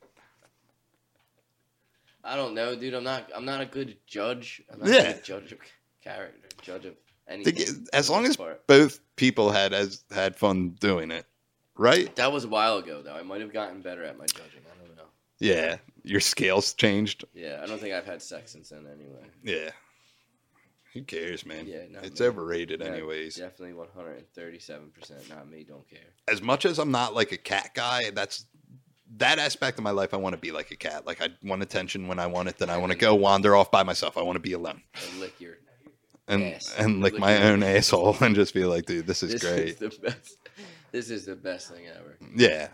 S2: I don't know, dude. I'm not. I'm not a good judge. I'm not
S1: Yeah.
S2: a good judge of character. Judge of
S1: To
S2: anything.
S1: get-
S2: for
S1: As
S2: the
S1: long
S2: most
S1: as
S2: part.
S1: both people had as had fun doing it, right?
S2: that was a while ago, though. I might have gotten better at my judging. I don't know.
S1: Yeah. Your scales changed.
S2: Yeah, I don't think I've had sex since then, anyway.
S1: Yeah. Who cares, man?
S2: Yeah, no,
S1: it's
S2: man.
S1: overrated,
S2: No,
S1: anyways.
S2: Definitely 137. percent Not me. Don't care.
S1: As much as I'm not like a cat guy, that's that aspect of my life. I want to be like a cat. Like I want attention when I want it. Then I want to go wander off by myself. I want to be alone.
S2: I lick your.
S1: and
S2: ass.
S1: and lick
S2: Lick
S1: my
S2: your-
S1: own asshole and just be like, dude, this is
S2: this
S1: great.
S2: is the best. This is the best thing ever.
S1: yeah,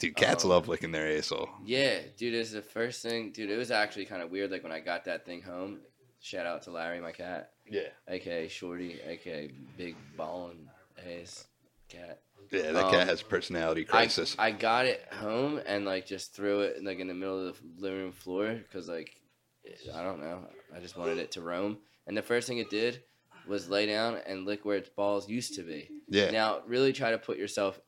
S1: dude, cats
S2: Um,
S1: love licking their asshole.
S2: Yeah, dude, it's the first thing. Dude, it was actually kind of weird. Like when I got that thing home, shout out to Larry, my cat,
S1: Yeah,
S2: aka Shorty, aka Big Ballin' Ass Cat.
S1: yeah, that
S2: um,
S1: cat has a personality
S2: I,
S1: crisis.
S2: I got it home and like just threw it like in the middle of the living room floor because like I don't know, I just wanted it to roam. And the first thing it did was lay down and lick where its balls used to be.
S1: yeah,
S2: Now, really try to put yourself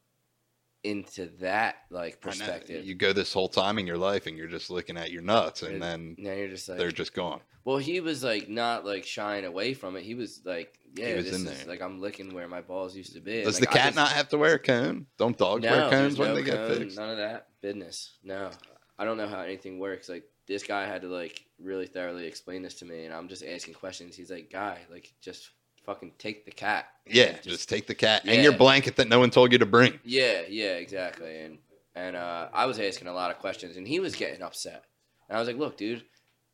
S2: into that like
S1: I know.
S2: perspective.
S1: You go this whole time in your life and you're just looking at your nuts, and
S2: It-
S1: then
S2: now you're just like
S1: they're just gone.
S2: Well, he was like not like shying away from it. He was like, yeah,
S1: was
S2: this
S1: in
S2: is
S1: there.
S2: like I'm licking where my balls used to be.
S1: Does the
S2: Like, I
S1: cat
S2: just-
S1: not have to wear a cone? Don't dogs
S2: no,
S1: wear cones
S2: there's
S1: when
S2: no
S1: they get
S2: cone,
S1: fixed?
S2: None of that business. No, I don't know how anything works. Like this guy had to like really thoroughly explain this to me, and I'm just asking questions. He's like, guy, like just fucking take the cat.
S1: yeah,
S2: Like,
S1: just, take the cat and your
S2: Yeah.
S1: blanket that no one told you to bring.
S2: Yeah, yeah, exactly. And and uh, I was asking a lot of questions, and he was getting upset. And I was like, "Look, dude,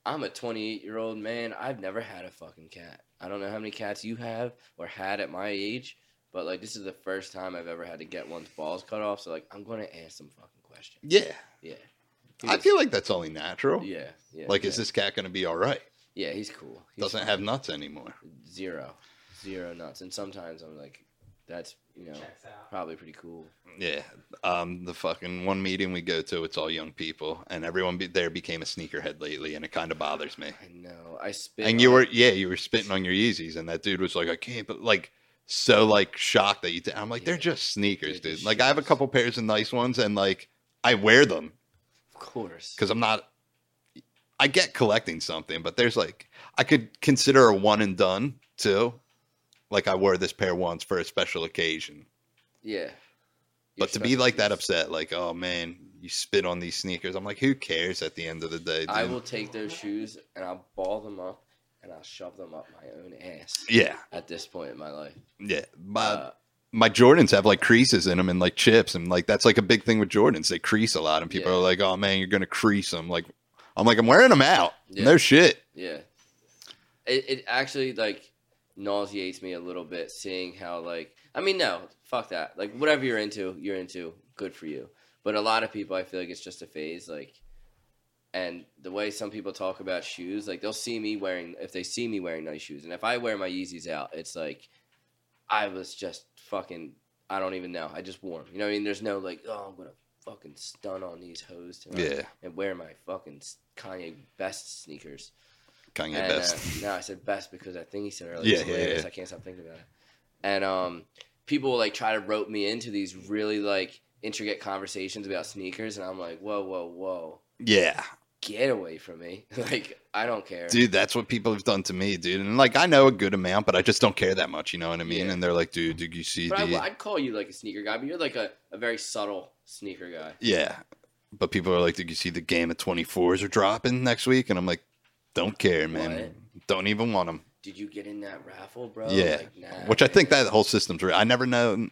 S2: I'm a 28 year old man. I've never had a fucking cat. I don't know how many cats you have or had at my age, but like this is the first time I've ever had to get one's balls cut off. So like, I'm gonna ask some fucking questions.
S1: Yeah,
S2: Yeah,
S1: I
S2: He's-
S1: feel like that's only natural.
S2: Yeah, yeah.
S1: like,
S2: yeah.
S1: is this cat going to be all right?
S2: Yeah, he's cool. He's
S1: Doesn't have nuts anymore.
S2: zero, zero nuts. And sometimes I'm like, that's you know
S3: Checks out.
S2: probably pretty cool.
S1: Yeah. Um, the fucking one meeting we go to, it's all young people, and everyone be- there became a sneakerhead lately, and it kind of bothers me.
S2: I know. I spit.
S1: And you
S2: on-
S1: were, yeah, you were spitting on your Yeezys, and that dude was like, I can't, but like, so like shocked that you did. I'm like, they're
S2: Yeah.
S1: just sneakers,
S2: They're
S1: dude.
S2: just
S1: Like, I have a
S2: shoes.
S1: couple pairs of nice ones, and like, I wear them
S2: of course.
S1: because I'm not, I get collecting something, but there's like, I could consider a one and done too. Like, I wore this pair once for a special occasion.
S2: Yeah. Your
S1: but to be
S2: special
S1: like that
S2: needs.
S1: upset, like, oh man, you spit on these sneakers. I'm like, who cares at the end of the day? Dude?
S2: I will take those shoes and I'll ball them up and I'll shove them up my own ass.
S1: Yeah,
S2: At this point in my life,
S1: yeah. My
S2: uh,
S1: my Jordans have like creases in them and like chips, and like that's like a big thing with Jordans. They crease a lot, and people
S2: Yeah.
S1: are like, oh man, you're gonna crease them. Like, I'm like, I'm wearing them out.
S2: Yeah.
S1: No shit.
S2: yeah. It, it actually like nauseates me a little bit seeing how like I mean no fuck that like whatever you're into you're into good for you but a lot of people I feel like it's just a phase like and the way some people talk about shoes like they'll see me wearing if they see me wearing nice shoes and if I wear my Yeezys out it's like I was just fucking I don't even know I just wore 'em. you know what I mean there's no like oh I'm gonna fucking stun on these hoes tonight
S1: Yeah,
S2: and wear my fucking Kanye best sneakers.
S1: Kanye
S2: and,
S1: best.
S2: Uh, no, I said best because that thing he said earlier.
S1: Yeah,
S2: Yeah,
S1: yeah, yeah.
S2: I can't stop thinking about it. And um, people like try to rope me into these really like intricate conversations about sneakers, and I'm like, whoa, whoa, whoa,
S1: yeah,
S2: get away from me! like I don't care.
S1: dude, that's what people have done to me, dude. And like, I know a good amount, but I just don't care that much. You know what I mean?
S2: Yeah.
S1: And they're like, dude, did you see
S2: but
S1: the?
S2: I, would call you like a sneaker guy, but you're like a, a very subtle sneaker guy.
S1: Yeah. But people are like, did you see the game of 24s are dropping next week? And I'm like, don't care, man. Don't even want them.
S2: Did you get in that raffle, bro?
S1: Yeah.
S2: Like, nah,
S1: Which I think
S2: man.
S1: that whole system's real. I never know.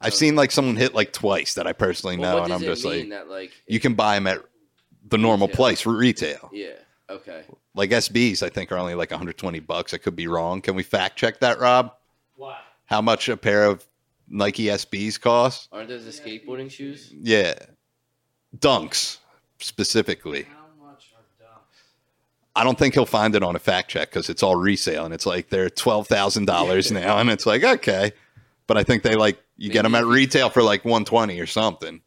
S1: I've
S2: Oh.
S1: seen like someone hit like twice that I personally
S2: Well,
S1: know.
S2: what
S1: and I'm
S2: does it
S1: just
S2: mean
S1: like,
S2: that, like
S1: you can buy them at the normal
S2: Retail.
S1: place for retail.
S2: yeah, okay.
S1: Like SBs, I think are only like 120 bucks. I could be wrong. Can we fact check that, Rob?
S3: What?
S1: How much a pair of Nike SBs cost?
S2: Aren't those the skateboarding shoes?
S1: Yeah. Dunks specifically.
S3: How much are dumps?
S1: I don't think he'll find it on a fact check because it's all resale and it's like they're twelve thousand dollars now and it's like okay, but I think they like you get them at retail for like one twenty or something,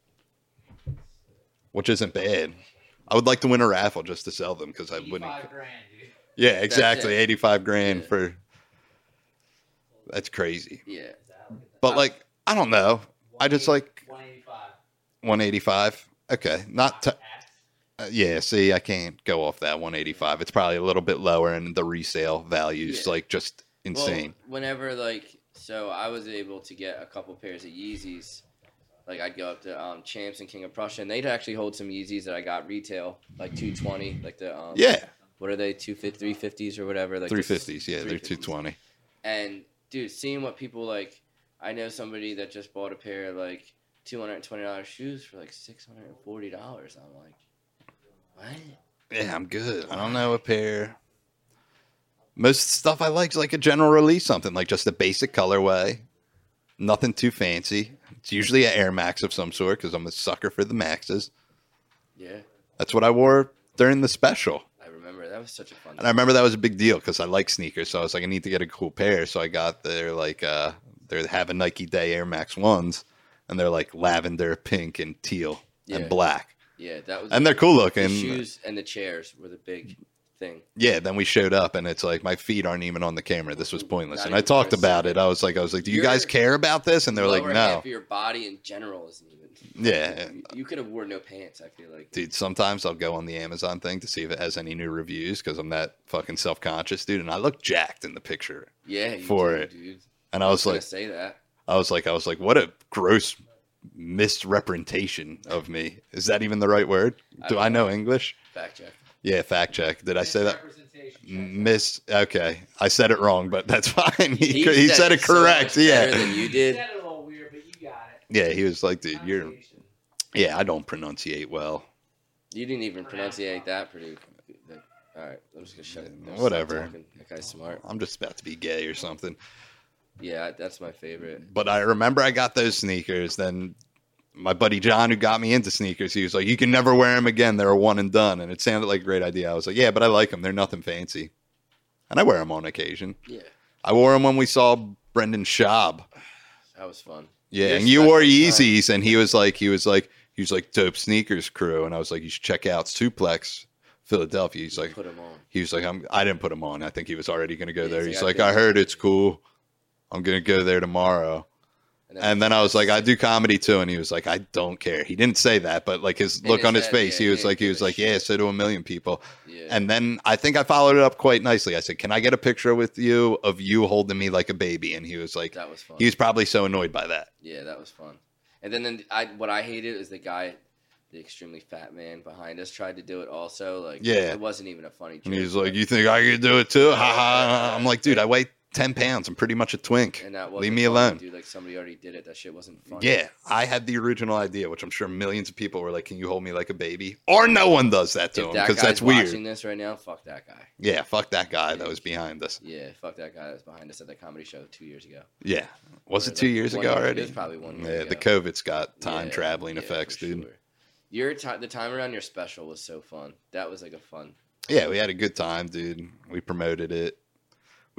S1: which isn't bad. I would like to win a raffle just to sell them because I wouldn't. e-
S3: Five grand, dude.
S1: Yeah, exactly,
S2: it.
S1: eighty five grand
S2: Yeah.
S1: for. That's crazy,
S2: Yeah.
S1: but like I don't know. I just like
S3: 185.
S1: one eighty five. Okay, not t- Uh, yeah, see, I can't go off that 185. It's probably a little bit lower, and the resale values
S2: Yeah.
S1: like just insane.
S2: Well, whenever like so, I was able to get a couple pairs of Yeezys. Like I'd go up to um, Champs and King of Prussia, and they'd actually hold some Yeezys that I got retail, like two twenty, like the um,
S1: yeah,
S2: What are they? Two fifty, three fifties, or whatever. Like the-
S1: 350s. Yeah, they're
S2: 350s.
S1: 220.
S2: And dude, seeing what people like, I know somebody that just bought a pair of like two hundred and twenty dollars shoes for like six hundred and forty dollars. I'm like, what?
S1: Yeah, I'm good. I don't know a pair. Most stuff I like is like a general release, something like just a basic colorway, nothing too fancy. It's usually an Air Max of some sort because I'm a sucker for the Maxes.
S2: Yeah,
S1: That's what I wore during the special.
S2: I remember that was such a fun.
S1: And I remember that was a big deal because I like sneakers. So I was like, I need to get a cool pair. So I got their like uh they're having Nike Day Air Max ones and they're like lavender, pink, and teal
S2: Yeah.
S1: and black.
S2: yeah, that was.
S1: And they're cool
S2: the
S1: looking.
S2: shoes and the chairs were the big thing.
S1: Yeah, then we showed up and it's like my feet aren't even on the camera. This was pointless.
S2: Not
S1: and I
S2: even for a
S1: talked about it. I was like, I was like, Do you
S2: Your
S1: guys care about this? And they're like,
S2: Lower
S1: No.
S2: half of your body in general isn't even.
S1: Yeah.
S2: You- You could have worn no pants. I feel like.
S1: Dude, sometimes I'll go on the Amazon thing to see if it has any new reviews because I'm that fucking self conscious, dude. And I look jacked in the picture.
S2: Yeah. You
S1: for
S2: do,
S1: it.
S2: dude.
S1: And I was
S2: gonna
S1: like,
S2: say that.
S1: I was like, I was like, what a gross misrepresentation of me. Is that even the right word?
S2: I
S1: Do
S2: don't
S1: I know English?
S2: Fact check.
S1: Yeah, fact check. Did I say that? Mm,
S3: Representation.
S1: Miss. Okay, I said it wrong, but that's fine. He,
S2: He
S1: he, said, it
S2: so
S1: correct.
S2: much
S1: yeah,
S2: Better than you
S3: You
S2: did.
S3: said it a little weird, but you got it.
S1: yeah. He was like, dude, you're.
S3: Pronunciation.
S1: Yeah, I don't pronunciate well.
S2: You didn't even pronunciate that pretty. Like, all right, I'm just gonna shut it. I'm gonna stop
S1: Whatever.
S2: talking. That guy's smart.
S1: I'm just about to be gay or something.
S2: Yeah, that's my favorite.
S1: But I remember I got those sneakers. Then my buddy John, who got me into sneakers, he was like, "You can never wear them again. They're a one and done." And it sounded like a great idea. I was like, "Yeah, but I like them. They're nothing fancy." And I wear them on occasion.
S2: Yeah.
S1: I wore them when we saw Brendan Schaub
S2: that was fun.
S1: Yeah,
S2: Your
S1: and you
S2: special
S1: wore
S2: time.
S1: Yeezys, and he was like, he was like, he was like, dope sneakers crew, and I was like, you should check out Suplex Philadelphia. He's like,
S2: put them on.
S1: he was like, I'm, I didn't put him on. I think he was already gonna go
S2: Yeah,
S1: there.
S2: he's
S1: He's
S2: like,
S1: like,
S2: "I
S1: I heard it's cool. I'm gonna go there tomorrow. And then I was like, I do comedy too, and he was like, I don't care. He didn't say that, but like his
S2: In
S1: look
S2: his
S1: on his
S2: head,
S1: face,
S2: yeah,
S1: he
S2: he
S1: was
S2: didn't
S1: like, he
S2: give
S1: was
S2: a
S1: like, yeah, so do a million people.
S2: yeah.
S1: And then I think I followed it up quite nicely. I said, Can I get a picture with you of you holding me like a baby? And he was like,
S2: that was fun.
S1: he was probably so annoyed by that.
S2: Yeah, that was fun. And then, then I what I hated is the guy, the extremely fat man behind us tried to do it also. Like,
S1: Yeah.
S2: it wasn't even a funny joke.
S1: And he's
S2: but-
S1: like, You think I could do it too? Ha ha. ha." I'm like, Dude, I weigh 10 pounds. I'm pretty much a twink.
S2: and that wasn't
S1: Leave me
S2: funny,
S1: alone.
S2: dude. Like somebody already did it. That shit wasn't funny.
S1: Yeah, I had the original idea, which I'm sure millions of people were like, "Can you hold me like a baby?" Or no one does that to
S2: If
S1: him
S2: that
S1: because
S2: guy's
S1: that's weird.
S2: watching this right now, fuck that guy.
S1: Yeah, fuck that guy that was behind us.
S2: Yeah, fuck that guy that was behind us at that comedy show two years ago.
S1: Yeah, was
S2: Or
S1: it two
S2: like
S1: years
S2: one
S1: ago
S2: year- it
S1: already?
S2: was probably one year
S1: Yeah, the
S2: ago.
S1: COVID's got time
S2: Yeah,
S1: traveling
S2: yeah,
S1: effects,
S2: for
S1: dude.
S2: sure. Your time, the time around your special was so fun. That was like a fun.
S1: Yeah, we had a good time, dude. We promoted it.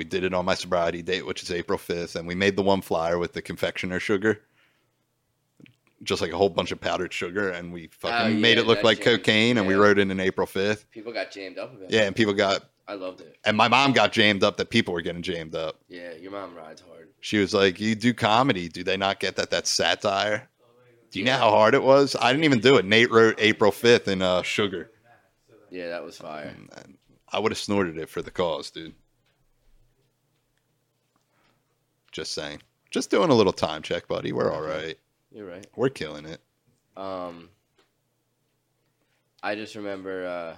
S1: We did it on my sobriety date, which is April 5th, and we made the one flyer with the confectioner sugar. Just like a whole bunch of powdered sugar, and we fucking
S2: Oh, yeah,
S1: made it look
S2: that
S1: like
S2: jam.
S1: cocaine, and we
S2: Yeah.
S1: wrote it in April 5th.
S2: People got jammed up about
S1: Yeah,
S2: it.
S1: and people got
S2: I loved it.
S1: and my mom got jammed up that people were getting jammed up.
S2: Yeah, your mom rides hard.
S1: She was like, "You do comedy? Do they not get that? That's satire. Do you know how hard it was? I didn't even do it. Nate wrote April fifth in uh, Sugar.
S2: Yeah, that was fire.
S1: I would have snorted it for the cause, dude. Just saying. Just doing a little time check, buddy. We're all right.
S2: You're right.
S1: We're killing it.
S2: Um, I just remember uh,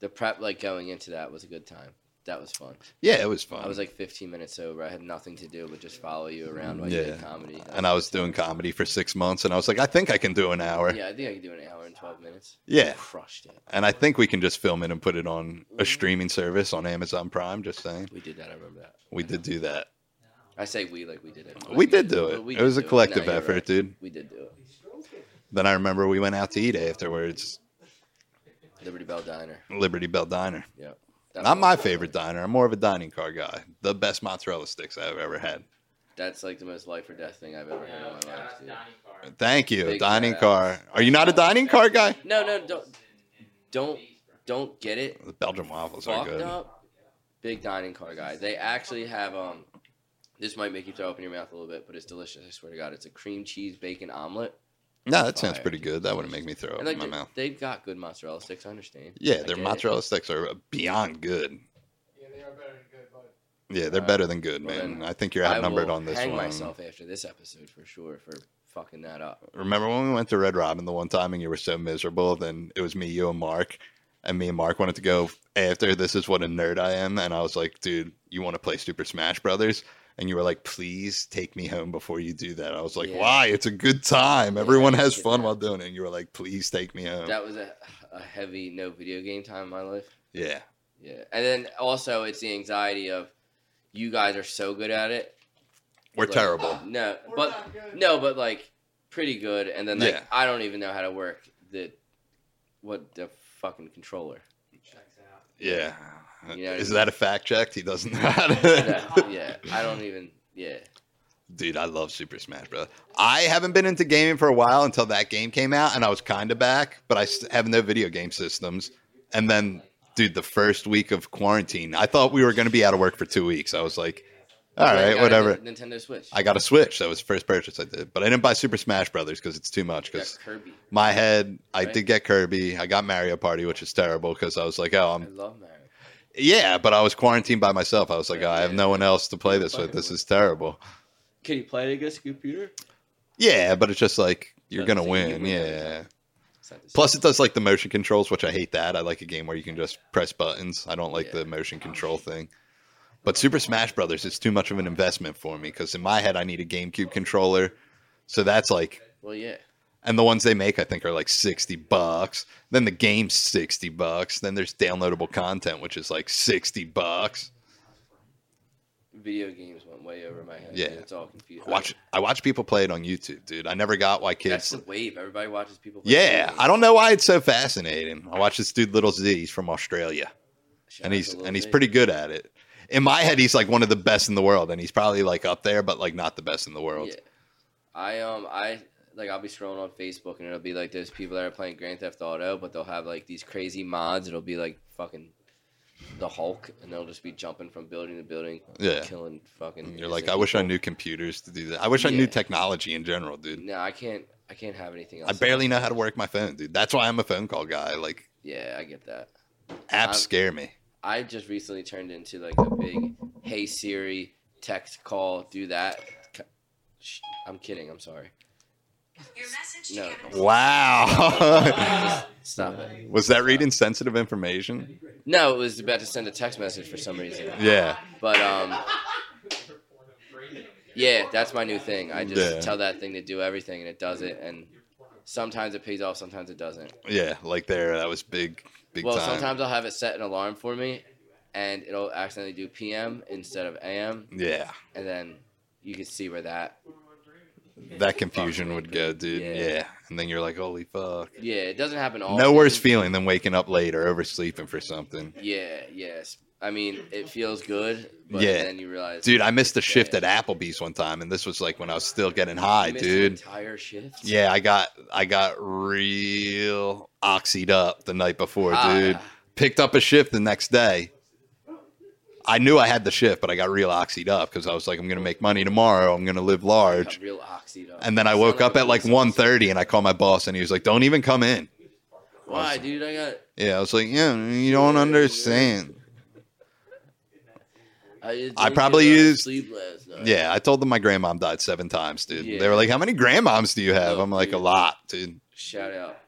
S2: the prep, like going into that was a good time. That was fun.
S1: Yeah, it was fun.
S2: I was like 15 minutes over. I had nothing to do but just follow you around while you
S1: Yeah.
S2: did comedy. That
S1: and I was doing comedy for six months, and I was like, I think I can do an hour.
S2: yeah, I think I could do an hour and 12 minutes.
S1: Yeah.
S2: crushed it.
S1: And I think we can just film it and put it on
S2: Mm-hmm.
S1: a streaming service on Amazon Prime. Just saying.
S2: We did that. I remember that.
S1: We did do that.
S2: I say we like we did it. but
S1: We did do
S2: but
S1: it.
S2: we
S1: It
S2: did
S1: was a
S2: do
S1: collective
S2: No, you're
S1: effort,
S2: right.
S1: dude.
S2: We did do it.
S1: Then I remember we went out to eat afterwards,
S2: Liberty Bell Diner.
S1: Liberty Bell Diner.
S2: Yeah. That
S1: Not
S2: was
S1: my
S2: fun.
S1: favorite diner. I'm more of a dining car guy. The best mozzarella sticks I've ever had.
S2: That's like the most life or death thing I've ever heard in my life. Dude.
S1: Thank you,
S2: Big
S1: dining
S2: shout
S1: car. Are you not a dining car guy?
S2: No, no, don't- Don't don't get it
S1: The Belgian waffles are
S2: fucked
S1: good.
S2: up. Big dining car guy. They actually have um. This might make you throw up in your mouth a little bit, but it's delicious. I swear to God, it's a cream cheese bacon omelet.
S1: No, that sounds
S2: Fire.
S1: pretty good. That wouldn't make me throw up
S2: And like
S1: in my
S2: they-
S1: mouth.
S2: they've got good mozzarella sticks. I understand. I
S1: Yeah, their
S2: get it.
S1: mozzarella sticks are beyond good.
S4: Yeah, they are better than good, but
S1: Yeah, they're
S2: Uh,
S1: better than good,
S2: well
S1: man.
S2: then,
S1: I think you're
S2: I
S1: outnumbered
S2: will
S1: on this
S2: hang
S1: one.
S2: myself after this episode for sure for fucking that up.
S1: Remember when we went to Red Robin the one time and you were so miserable? Then it was me, you, and Mark. And me and Mark wanted to go after this is what a nerd I am. And I was like, dude, you want to play Super Smash Brothers? And you were like, please take me home before you do that. I was like,
S2: Yeah.
S1: why? It's a good time.
S2: Yeah,
S1: Everyone
S2: I
S1: has
S2: get
S1: fun
S2: that.
S1: while doing it. And you were like, please take me home.
S2: That was a, a heavy no video game time in my life.
S1: yeah.
S2: Yeah, and then also it's the anxiety of you guys are so good at it.
S1: We're
S2: Like,
S1: terrible.
S2: No,
S4: we're
S2: but
S4: not good.
S2: No, but like pretty good, and then like
S1: Yeah.
S2: I don't even know how to work the what the fucking controller.
S3: Checks out.
S1: Yeah.
S2: You know what I
S1: is
S2: mean?
S1: that a fact check? He doesn't know how
S2: That-
S1: to.
S2: yeah, I don't even. Yeah,
S1: Dude, I love Super Smash Bros. I haven't been into gaming for a while until that game came out, and I was kind of back, but I s- have no video game systems. And then, dude, the first week of quarantine, I thought we were going to be out of work for two weeks. I was like, all
S2: Like, I
S1: right,
S2: got a
S1: whatever.
S2: Nin- Nintendo Switch.
S1: I got a Switch. That was the first purchase I did, but I didn't buy Super Smash Brothers because it's too much.
S2: Got
S1: Because
S2: Kirby.
S1: my head, I
S2: Right.
S1: did get Kirby. I got Mario Party, which is terrible because I was like, oh,
S2: I
S1: I'm
S2: love Mario.
S1: yeah, but I was quarantined by myself. I was like, "Oh,
S2: Right,
S1: I have
S2: yeah.
S1: no one else to play this with. This is terrible.
S2: Can you play it against a computer?
S1: Yeah, but it's just like you're
S2: Doesn't
S1: gonna
S2: seem you
S1: win.
S2: win every
S1: Yeah.
S2: time. It's not the same.
S1: Plus, it does like the motion controls, which I hate. That I like a game where you can just press buttons. I don't like
S2: Yeah. Oh,
S1: the motion control thing. But Super Smash Brothers is too much of an investment for me because in my head I need a GameCube controller. So that's like,
S2: well, yeah,
S1: and the ones they make I think are like sixty bucks. Then the game's sixty bucks. Then there's downloadable content, which is like sixty bucks.
S2: video games went way over my head.
S1: Yeah.
S2: dude. it's all confused.
S1: I watch I watch people play it on YouTube, dude. I never got why kids
S2: That's the wave. Everybody watches people. play
S1: Yeah,
S2: video
S1: I don't know why it's so fascinating. I watch this dude Little Z. He's from Australia,
S2: games. Shout out
S1: and
S2: to
S1: he's
S2: Lil
S1: and he's
S2: Zay.
S1: pretty good at it. in my head, he's like one of the best in the world, and he's probably like up there, but like not the best in the world.
S2: Yeah. I um I like I'll be scrolling on Facebook and it'll be like those people that are playing Grand Theft Auto, but they'll have like these crazy mods. It'll be like fucking the Hulk, and they'll just be jumping from building to building,
S1: Yeah.
S2: killing fucking.
S1: And you're
S2: innocent
S1: like, I wish I
S2: people."
S1: knew computers to do that. I wish I knew
S2: Yeah. Mm,
S1: technology in general, dude.
S2: No, I can't. I can't have anything else.
S1: I barely know how to work my phone, dude. That's why I'm a phone call guy. Like
S2: Yeah, I get that.
S1: apps
S2: I'm-
S1: scare me.
S2: I just recently turned into like a big Hey Siri text call. Do that. Sh- I'm kidding. I'm sorry.
S5: Your message
S2: No.
S5: to Kevin.
S1: Wow.
S2: Stop it.
S1: Was that reading sensitive information?
S2: No, it was about to send a text message for some reason.
S1: Yeah.
S2: But um,
S4: Brady.
S2: yeah, that's my new thing. I just
S1: Yeah.
S2: tell that thing to do everything, and it does it. And sometimes it pays off, sometimes it doesn't.
S1: Yeah, like there, that was big, big
S2: well,
S1: time.
S2: sometimes I'll have it set an alarm for me, and it'll accidentally do PM instead of AM,
S1: yeah,
S2: and then you can see where that.
S1: that confusion would go, dude. Yeah.
S2: Yeah.
S1: and then you're like, holy fuck.
S2: Yeah, it doesn't happen all.
S1: No worse feeling than waking up late or oversleeping for something.
S2: Yeah, yes. I mean, it feels good, but
S1: Yeah.
S2: then you realize,
S1: Dude, I missed a shift
S2: Yeah.
S1: at Applebee's one time, and this was like when I was still getting high,
S2: you missed an
S1: dude.
S2: Entire shift.
S1: Yeah, I got I got real oxied up the night before,
S2: Ah.
S1: dude. Picked up a shift the next day. I knew I had the shift, but I got real oxied up because I was like, I'm gonna make money tomorrow. I'm gonna live large.
S2: Got real oxy though.
S1: And then I
S2: Sound
S1: woke
S2: a
S1: up at like
S2: police
S1: 1.30 and I called my boss and he was like, Don't even come in.
S2: officer. Why, dude? I got.
S1: Yeah, I was like, Yeah, you don't understand.
S2: I, just
S1: I
S2: didn't
S1: probably
S2: get enough
S1: used-
S2: sleep last night.
S1: Yeah, I told them my grandmom died seven times, dude. They
S2: Yeah.
S1: were like, How many grandmoms do you have?
S2: Oh,
S1: I'm like, A
S2: dude.
S1: lot, dude.
S2: Shout out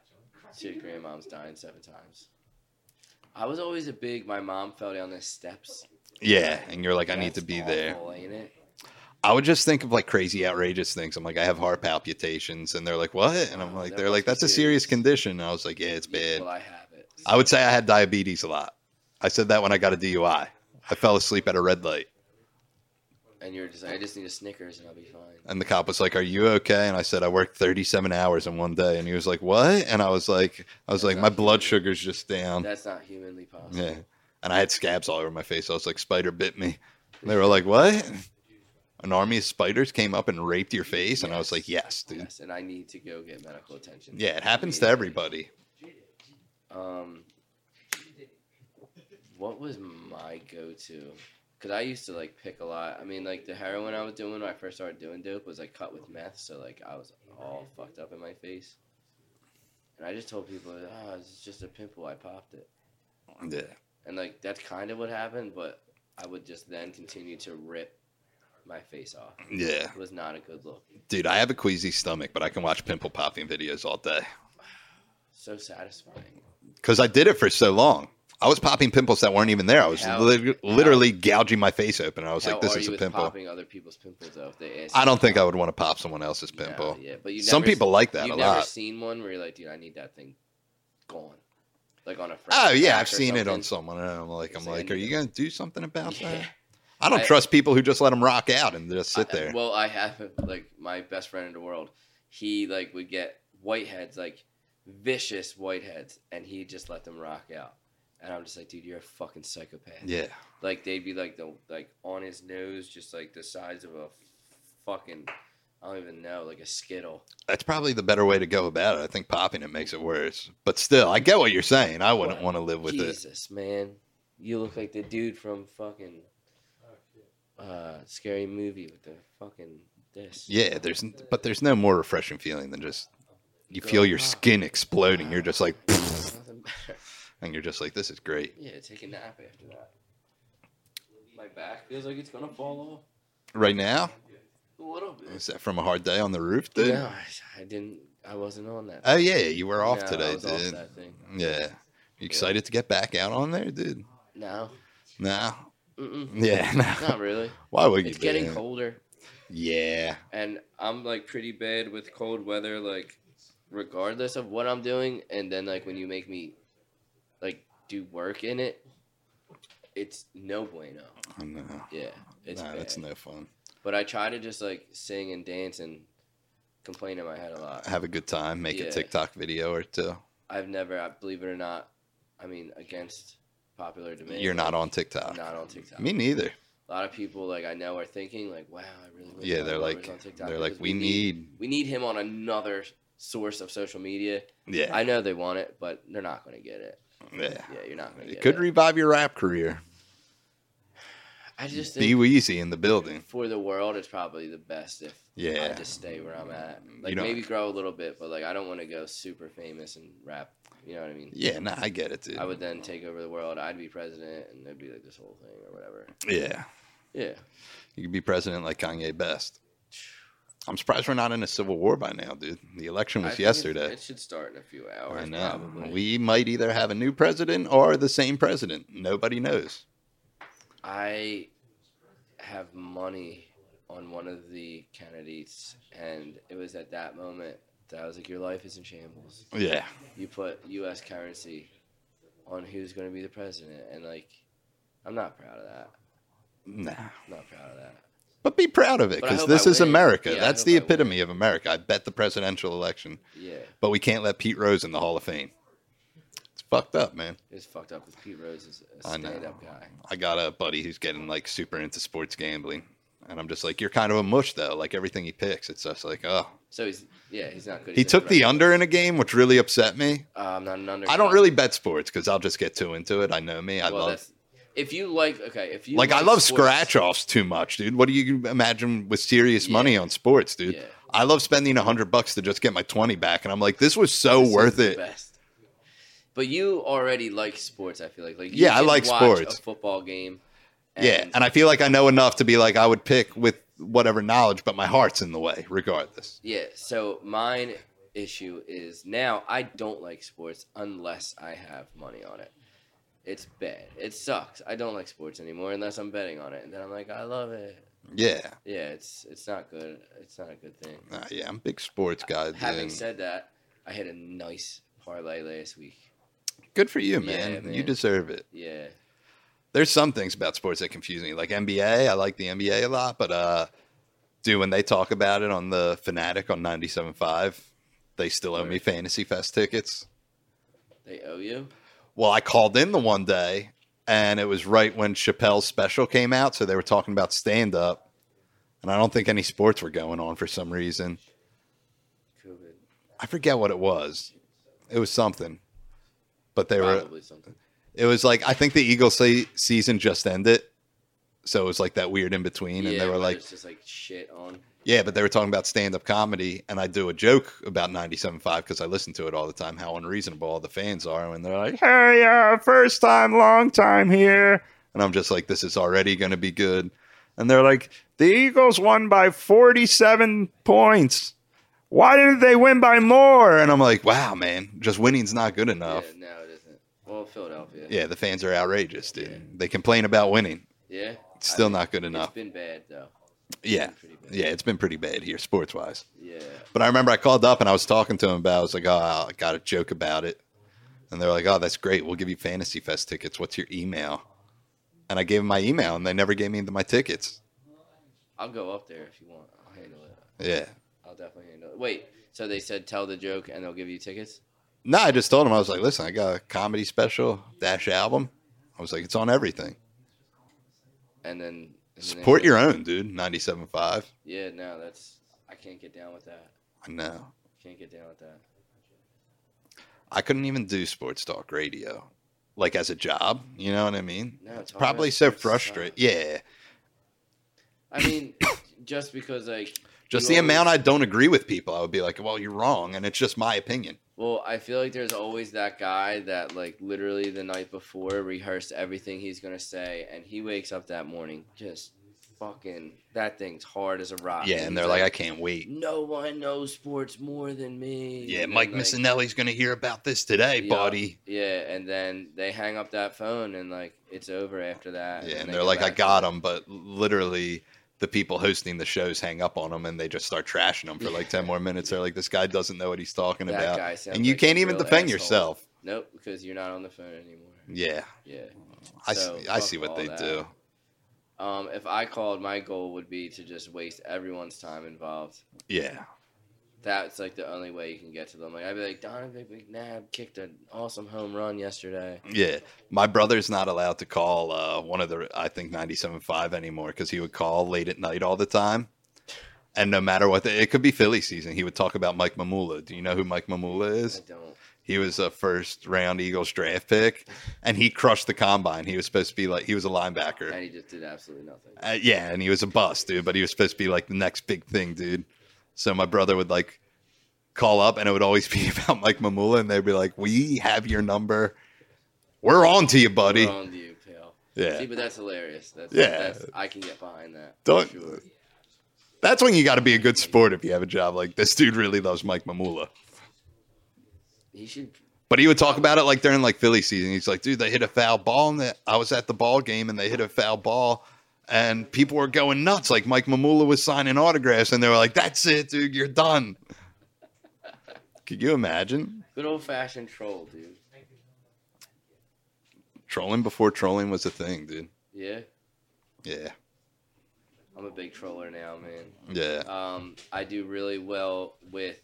S2: to your grandmom's dying seven times. I was always a big. My mom fell down the steps.
S1: Yeah. And you're like, I need
S2: That's
S1: to be there.
S2: awful, ain't it?
S1: I would just think of like crazy, outrageous things. I'm like, I have heart palpitations, and they're like, what? And I'm
S2: Wow,
S1: like,
S2: that
S1: they're like,
S2: must
S1: that's
S2: be
S1: a serious
S2: serious.
S1: condition. And I was like, yeah, it's
S2: Yeah,
S1: bad.
S2: Well, I have it.
S1: I would say I had diabetes a lot. I said that when I got a DUI. I fell asleep at a red light,
S2: And you're just. like, I just need a Snickers and I'll be fine.
S1: and the cop was like, "Are you okay?" And I said, "I worked 37 hours in one day," and he was like, "What?" And I was like, "I was
S2: That's
S1: like,
S2: not
S1: my
S2: human.
S1: blood sugar's just down."
S2: That's not humanly possible.
S1: Um, Yeah, and I had scabs all over my face. I was like, "Spider bit me." And they were like, "What?" An army of spiders came up and raped your face, and I was like, "Yes, dude."
S2: Yes, and I need to go get medical attention.
S1: Yeah, it happens to everybody.
S2: Immediately. Um, what was my go-to? Cause I used to like pick a lot. I mean, like the heroin I was doing when I first started doing dope was like cut with meth, so like I was all fucked up in my face. And I just told people, ah, it's just a pimple. I popped it,
S1: Yeah.
S2: and like that's kind of what happened. But I would just then continue to rip my face off.
S1: Yeah.
S2: It was not a good look.
S1: Dude, I have a queasy stomach, but I can watch pimple popping videos all day
S2: So satisfying.
S1: because I did it for so long. I was popping pimples that weren't even there. I was
S2: How-
S1: lit- literally gouging my face open. I was
S2: How
S1: like, this
S2: are
S1: is a
S2: you with
S1: pimple.
S2: popping other people's pimples though? If they ask
S1: I
S2: you
S1: don't
S2: to
S1: think I
S2: pop?
S1: would want to pop someone else's
S2: No,
S1: pimple.
S2: yeah, but you
S1: Some
S2: never-
S1: people like that a
S2: You've
S1: lot.
S2: never seen one where you're like, dude, I need that thing gone, like on a. French
S1: oh, yeah.
S2: crack
S1: I've
S2: or
S1: seen it on
S2: something.
S1: someone. And I'm like, I'm
S2: It's like,
S1: like,
S2: I
S1: are
S2: need
S1: you
S2: to-
S1: going to do something about
S2: Yeah.
S1: that? I don't
S2: I-
S1: trust people who just let them rock out and just sit
S2: I-
S1: there.
S2: well, I have like my best friend in the world. He like would get whiteheads, like vicious whiteheads, and he just let them rock out. And I'm just like, dude, you're a fucking psychopath.
S1: yeah.
S2: Like they'd be like the like on his nose, just like the size of a fucking, I don't even know, like a skittle.
S1: That's probably the better way to go about it. I think popping it makes it worse. But still, I get what you're saying. I wouldn't
S2: What?
S1: want to live with it.
S2: Jesus, man, you look like the dude from fucking uh, scary movie with the fucking this.
S1: Yeah, there's n- but there's no more refreshing feeling than just you
S2: Go,
S1: feel your
S2: "Wow,
S1: skin exploding. You're just like,
S2: there's nothing better.
S1: and you're just like, this is great.
S2: yeah, take a nap after that. My back feels like it's gonna fall
S1: Right now,
S2: off a little bit.
S1: is that from a hard day on the roof, dude?
S2: No, I, I didn't. I wasn't on that.
S1: Oh yeah, you were off
S2: No, I
S1: today,
S2: was off
S1: dude.
S2: that thing.
S1: Yeah, you excited to get back out on there, dude?
S2: No,
S1: No,
S2: Mm-mm.
S1: yeah, no.
S2: not really.
S1: Why would you?
S2: It's
S1: do
S2: getting
S1: that?
S2: colder.
S1: Yeah,
S2: and I'm like pretty bad with cold weather, like regardless of what I'm doing. And then like when you make me like do work in it, it's no bueno.
S1: oh, no,
S2: Yeah, it's
S1: nah,
S2: bad.
S1: that's no fun.
S2: But I try to just like sing and dance and complain in my head a lot.
S1: Have a good time. Make a
S2: Yeah.
S1: TikTok video or two.
S2: I've never, I believe it or not, I mean against popular to me.
S1: You're not on TikTok.
S2: Not on TikTok.
S1: Me neither.
S2: a lot of people like I know are thinking like, wow, I really wish
S1: Yeah,
S2: my
S1: they're
S2: brother was
S1: like
S2: on TikTok
S1: they're like
S2: because
S1: we need
S2: we need him on another source of social media.
S1: yeah
S2: I know they want it, but they're not going to get it.
S1: yeah.
S2: Yeah, you're not going to
S1: It
S2: get
S1: could
S2: it.
S1: revive your rap career.
S2: I just
S1: Be
S2: think
S1: Weezy in the building.
S2: for the world, it's probably the best if I
S1: Yeah.
S2: just stay where I'm at.
S1: You
S2: Like
S1: don't-
S2: maybe grow a little bit, but like I don't want to go super famous and rap. You know what I mean?
S1: Yeah, nah, I get it dude.
S2: I would then take over the world. I'd be president, and it'd be like this whole thing or whatever.
S1: Yeah.
S2: Yeah,
S1: You could be president like Kanye Best. I'm surprised we're not in a civil war by now, dude. The election
S2: I
S1: was
S2: think it-
S1: yesterday.
S2: It should start in a few hours.
S1: I know.
S2: probably.
S1: We might either have a new president or the same president. Nobody knows.
S2: I have money on one of the candidates, and it was at that moment that I was like, "Your life is in shambles."
S1: Yeah.
S2: You put U.S. currency on who's going to be the president, and like, I'm not proud of that.
S1: Nah.
S2: I'm not proud of that.
S1: But be proud of it
S2: But I
S1: because
S2: hope
S1: this
S2: I
S1: is
S2: win.
S1: America.
S2: Yeah, I
S1: That's
S2: hope
S1: the
S2: I win.
S1: epitome of America. I bet the presidential election,
S2: Yeah,
S1: but we can't let Pete Rose in the Hall of Fame. It's fucked up, man.
S2: it's fucked up. With Pete Rose is a
S1: I know.
S2: stand-up guy.
S1: I got a buddy who's getting like super into sports gambling. And I'm just like, you're kind of a mush though. Like everything he picks, it's just like, oh.
S2: So he's yeah, he's not good.
S1: He
S2: He's a
S1: took the
S2: threat.
S1: under in a game, which really upset me.
S2: Uh, I'm not an under.
S1: I don't really bet sports because I'll just get too into it. I know me. I love
S2: If you like, okay, if you
S1: like I love
S2: sports-
S1: scratch offs too much, dude. What do you imagine with serious
S2: Yeah.
S1: money on sports, dude?
S2: Yeah.
S1: I love spending a hundred bucks to just get my twenty back, and I'm like, this was so
S2: This is
S1: Oh, worth
S2: the
S1: it.
S2: best. But you already like sports. I feel like like you
S1: Yeah, I
S2: can
S1: like
S2: watch
S1: sports.
S2: A football game.
S1: yeah, and I feel like I know enough to be like, I would pick with whatever knowledge, but my heart's in the way, regardless.
S2: yeah. So mine issue is now I don't like sports unless I have money on it. It's bad. It sucks. I don't like sports anymore unless I'm betting on it, and then I'm like, I love it.
S1: Yeah,
S2: Yeah, it's it's not good. It's not a good thing.
S1: Nah, yeah, I'm a big sports guy.
S2: Having
S1: Dude.
S2: said that, I had a nice parlay last week.
S1: Good for you,
S2: Yeah,
S1: man. You
S2: man.
S1: deserve it.
S2: Yeah.
S1: There's some things about sports that confuse me, like NBA. I like the NBA a lot, but uh, dude, when they talk about it on the Fanatic on 97.5, they still owe me
S2: Word.
S1: Fantasy Fest tickets.
S2: They owe you?
S1: Well, I called in the one day, and it was right when Chappelle's special came out, so they were talking about stand up, and I don't think any sports were going on for some reason.
S2: COVID.
S1: I forget what it was. It was something, but they were.
S2: Probably something.
S1: It was like I think the Eagles se- season just ended, so it was like that weird in between, and
S2: yeah,
S1: they were
S2: where
S1: like,
S2: there's just like shit on.
S1: Yeah, but they were talking about stand up comedy, and I do a joke about 97.5 because I listen to it all the time, how unreasonable all the fans are. And they're like, hey, uh, first time, long time here. And I'm just like, this is already going to be good. And they're like, the Eagles won by 47 points. Why didn't they win by more? And I'm like, wow, man, just winning's not good enough.
S2: Yeah, no, it isn't. Well, Philadelphia.
S1: Yeah, the fans are outrageous, dude. They complain about winning.
S2: Yeah.
S1: It's still
S2: I-
S1: not good
S2: It's
S1: enough.
S2: been bad though. It's
S1: Yeah.
S2: been pretty bad.
S1: Yeah, it's been pretty bad here, sports wise.
S2: Yeah.
S1: But I remember I called up and I was talking to him about. I was like, "Oh, I got a joke about it," and they're like, "Oh, that's great. We'll give you Fantasy Fest tickets. What's your email?" And I gave him my email, and they never gave me my tickets.
S2: I'll go up there if you want. I'll handle it.
S1: Yeah.
S2: I'll definitely handle it. Wait. So they said tell the joke and they'll give you tickets.
S1: No, I just told him I was like, "Listen, I got a comedy special dash album." I was like, "It's on everything.
S2: And then and then they
S1: Support
S2: said-
S1: your own, dude. 97.5.
S2: Yeah. No, that's. I can't get down with that.
S1: I know.
S2: Can't get down with that.
S1: I couldn't even do sports talk radio, like as a job. You know what I mean?
S2: No. It's uh,
S1: Probably so frustrating. Yeah.
S2: I mean, just because like.
S1: Just
S2: you
S1: the
S2: always-
S1: amount I don't agree with people, I would be like, "Well, you're wrong," and it's just my opinion.
S2: Well, I feel like there's always that guy that like literally the night before rehearsed everything he's gonna say, and he wakes up that morning just fucking that thing's hard as a rock.
S1: Yeah, and
S2: he's
S1: they're like, I can't wait.
S2: no one knows sports more than me.
S1: Yeah,
S2: And then,
S1: Mike
S2: like,
S1: Missinelli's going to hear about this today,
S2: Yeah.
S1: buddy.
S2: Yeah, and then they hang up that phone, and like it's over after that.
S1: Yeah,
S2: then
S1: and
S2: they
S1: they're
S2: go
S1: like, I
S2: back to
S1: got
S2: it.
S1: him, but literally the people hosting the shows hang up on him and they just start trashing him for like 10 more minutes. They're like, this guy doesn't know what he's talking
S2: That
S1: about.
S2: guy sounds
S1: And you
S2: like a
S1: can't even
S2: real
S1: defend
S2: asshole.
S1: yourself.
S2: Nope, because you're not on the phone anymore.
S1: Yeah,
S2: Yeah.
S1: I,
S2: So,
S1: see, I
S2: fuck
S1: see what
S2: all
S1: they
S2: that.
S1: do.
S2: Um, if I called, my goal would be to just waste everyone's time involved.
S1: Yeah.
S2: That's like the only way you can get to them. Like I'd be like Donovan McNabb kicked an awesome home run yesterday.
S1: Yeah, my brother's not allowed to call uh, one of the I think 97.5 anymore because he would call late at night all the time, and no matter what, the, it could be Philly season. He would talk about Mike Mamula. Do you know who Mike Mamula
S2: I
S1: is?
S2: don't.
S1: He was a first round Eagles draft pick, and he crushed the combine. He was supposed to be like he was a linebacker.
S2: And he just did absolutely nothing.
S1: Uh, yeah, and he was a bust, dude. But he was supposed to be like the next big thing, dude. So my brother would like call up, and it would always be about Mike Mamula, and they'd be like, "We have your number. We're on to you, buddy."
S2: Wrong to you, pal.
S1: Yeah.
S2: See, but that's hilarious. That's,
S1: Yeah.
S2: that's I can get behind that. for
S1: Don't-
S2: sure.
S1: That's when you got to be a good sport if you have a job like this. Dude really loves Mike Mamula,
S2: He should.
S1: but he would talk about it like during like Philly season. He's like, dude, they hit a foul ball, and the- I was at the ball game, and they hit a foul ball, and people were going nuts. Like Mike Mamula was signing autographs, and they were like, "That's it, dude, you're done." Could you imagine
S2: Good old fashioned troll, dude.
S1: trolling before trolling was a thing, dude?
S2: Yeah,
S1: Yeah,
S2: I'm a big troller now, man.
S1: yeah,
S2: Um, I do really well with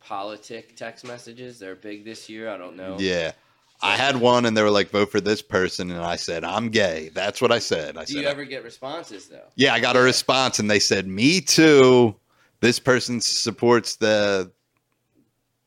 S2: politic text messages. They're big this year. I don't know.
S1: yeah. I had one, and they were like, "Vote for this person," and I said, "I'm gay." That's what I said. I
S2: Do
S1: said,
S2: you ever get responses though?
S1: Yeah, I got a response, and they said, "Me too." This person supports the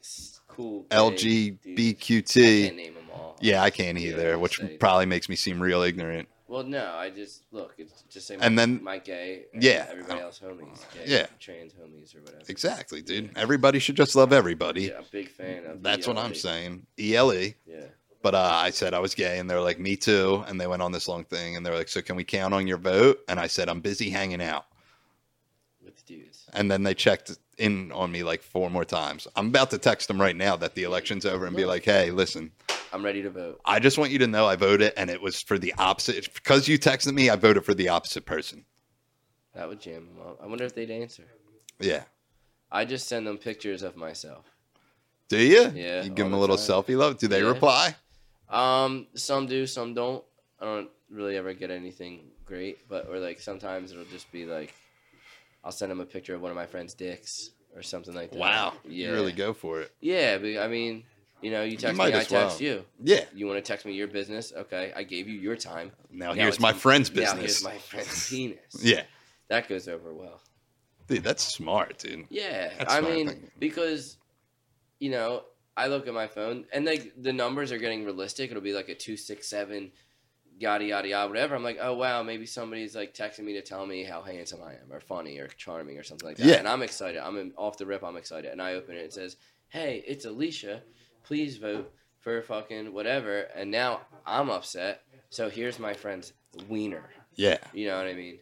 S2: S- Cool. big dudes. I can't
S1: LGBTQT.
S2: name them all.
S1: Yeah, I can't either,
S2: Yeah,
S1: which
S2: say-
S1: probably makes me seem real ignorant.
S2: Well, no, I just look. It's just say my,
S1: And then-
S2: my gay. and
S1: Yeah, I
S2: Everybody
S1: don't-
S2: else homies. Gay,
S1: Yeah.
S2: Trans homies or whatever.
S1: Exactly, dude. Everybody should just love everybody.
S2: Yeah, E I'm a big fan of.
S1: That's what I'm
S2: ELD.
S1: saying. ELE.
S2: Yeah.
S1: But uh, I said I was gay, and they were like, "Me too." And they went on this long thing, and they were like, "So can we count on your vote?" And I said, "I'm busy hanging out."
S2: with dudes.
S1: And then they checked in on me like four more times. I'm about to text them right now that the election's over and be like, "Hey, listen,
S2: I'm ready to vote.
S1: I just want you to know I voted and it was for the opposite. Because you texted me, I voted for the opposite person.
S2: That would jam them up. I wonder if they'd answer.
S1: Yeah.
S2: I just send them pictures of myself.
S1: Do you?
S2: Yeah,
S1: You
S2: all
S1: give them
S2: the
S1: a little
S2: time.
S1: selfie love. Do they
S2: Yeah.
S1: reply?
S2: Um, some do, some don't. I don't really ever get anything great, but or like sometimes it'll just be like, I'll send them a picture of one of my friend's dicks or something like that. Yeah.
S1: You really go for it.
S2: Yeah, but, I mean, you know, you text
S1: might
S2: me, I
S1: as well.
S2: text you.
S1: Yeah.
S2: You want to text me your business? Okay, I gave you your time.
S1: Now,
S2: Now
S1: here's
S2: it's-
S1: my friend's
S2: Now
S1: business.
S2: here's my friend's penis.
S1: yeah.
S2: that goes over well.
S1: Dude, that's smart, dude.
S2: Yeah,
S1: That's
S2: I
S1: what I
S2: mean,
S1: think.
S2: because you know, I look at my phone and like the numbers are getting realistic. It'll be like a two six seven, yada yada yada, whatever. I'm like, oh wow, maybe somebody's like texting me to tell me how handsome I am, or funny, or charming, or something like that.
S1: Yeah.
S2: And I'm excited. I'm in, off the rip. I'm excited, and I open it. It says, hey, it's Alicia. Please vote for fucking whatever. And now I'm upset. So here's my friend's wiener.
S1: Yeah.
S2: You know what I mean?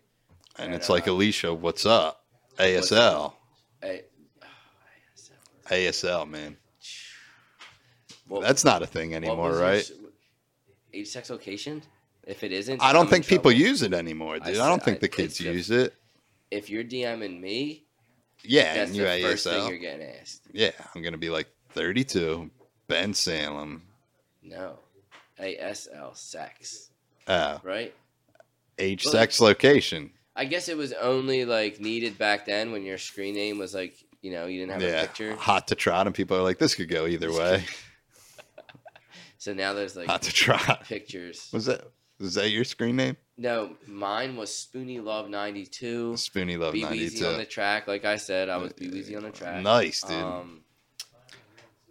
S1: And
S2: And,
S1: it's
S2: uh,
S1: like, Alicia, what's up? ASL.
S2: I,
S1: ASL, man.
S2: well,
S1: that's not a thing anymore, right?
S2: Age sex location? If it isn't,
S1: I don't
S2: I'm in
S1: think people
S2: trouble.
S1: use it anymore, dude. I,
S2: said-
S1: don't think
S2: I-
S1: the
S2: it's
S1: kids
S2: the-
S1: use it.
S2: If you're DMing me,
S1: Yeah.
S2: that's
S1: And you
S2: the first thing
S1: ASL.
S2: you're getting asked.
S1: Yeah. I'm going to be like 32, Ben Salem.
S2: No, ASL sex,
S1: Uh,
S2: right?
S1: age,
S2: Well,
S1: sex, location.
S2: I guess it was only like needed back then when your screen name was like you know you didn't have a
S1: Yeah,
S2: picture.
S1: hot to trot, and people are like, "This could go either way."
S2: So now there's like
S1: hot to trot.
S2: pictures.
S1: Was that was that your screen name?
S2: No, mine was Spoonie Love ninety two.
S1: Spoonie Love
S2: Be
S1: ninety
S2: Weezy on the
S1: two.
S2: track, like I said, I was Be Weezy on the track.
S1: Nice, dude.
S2: Um,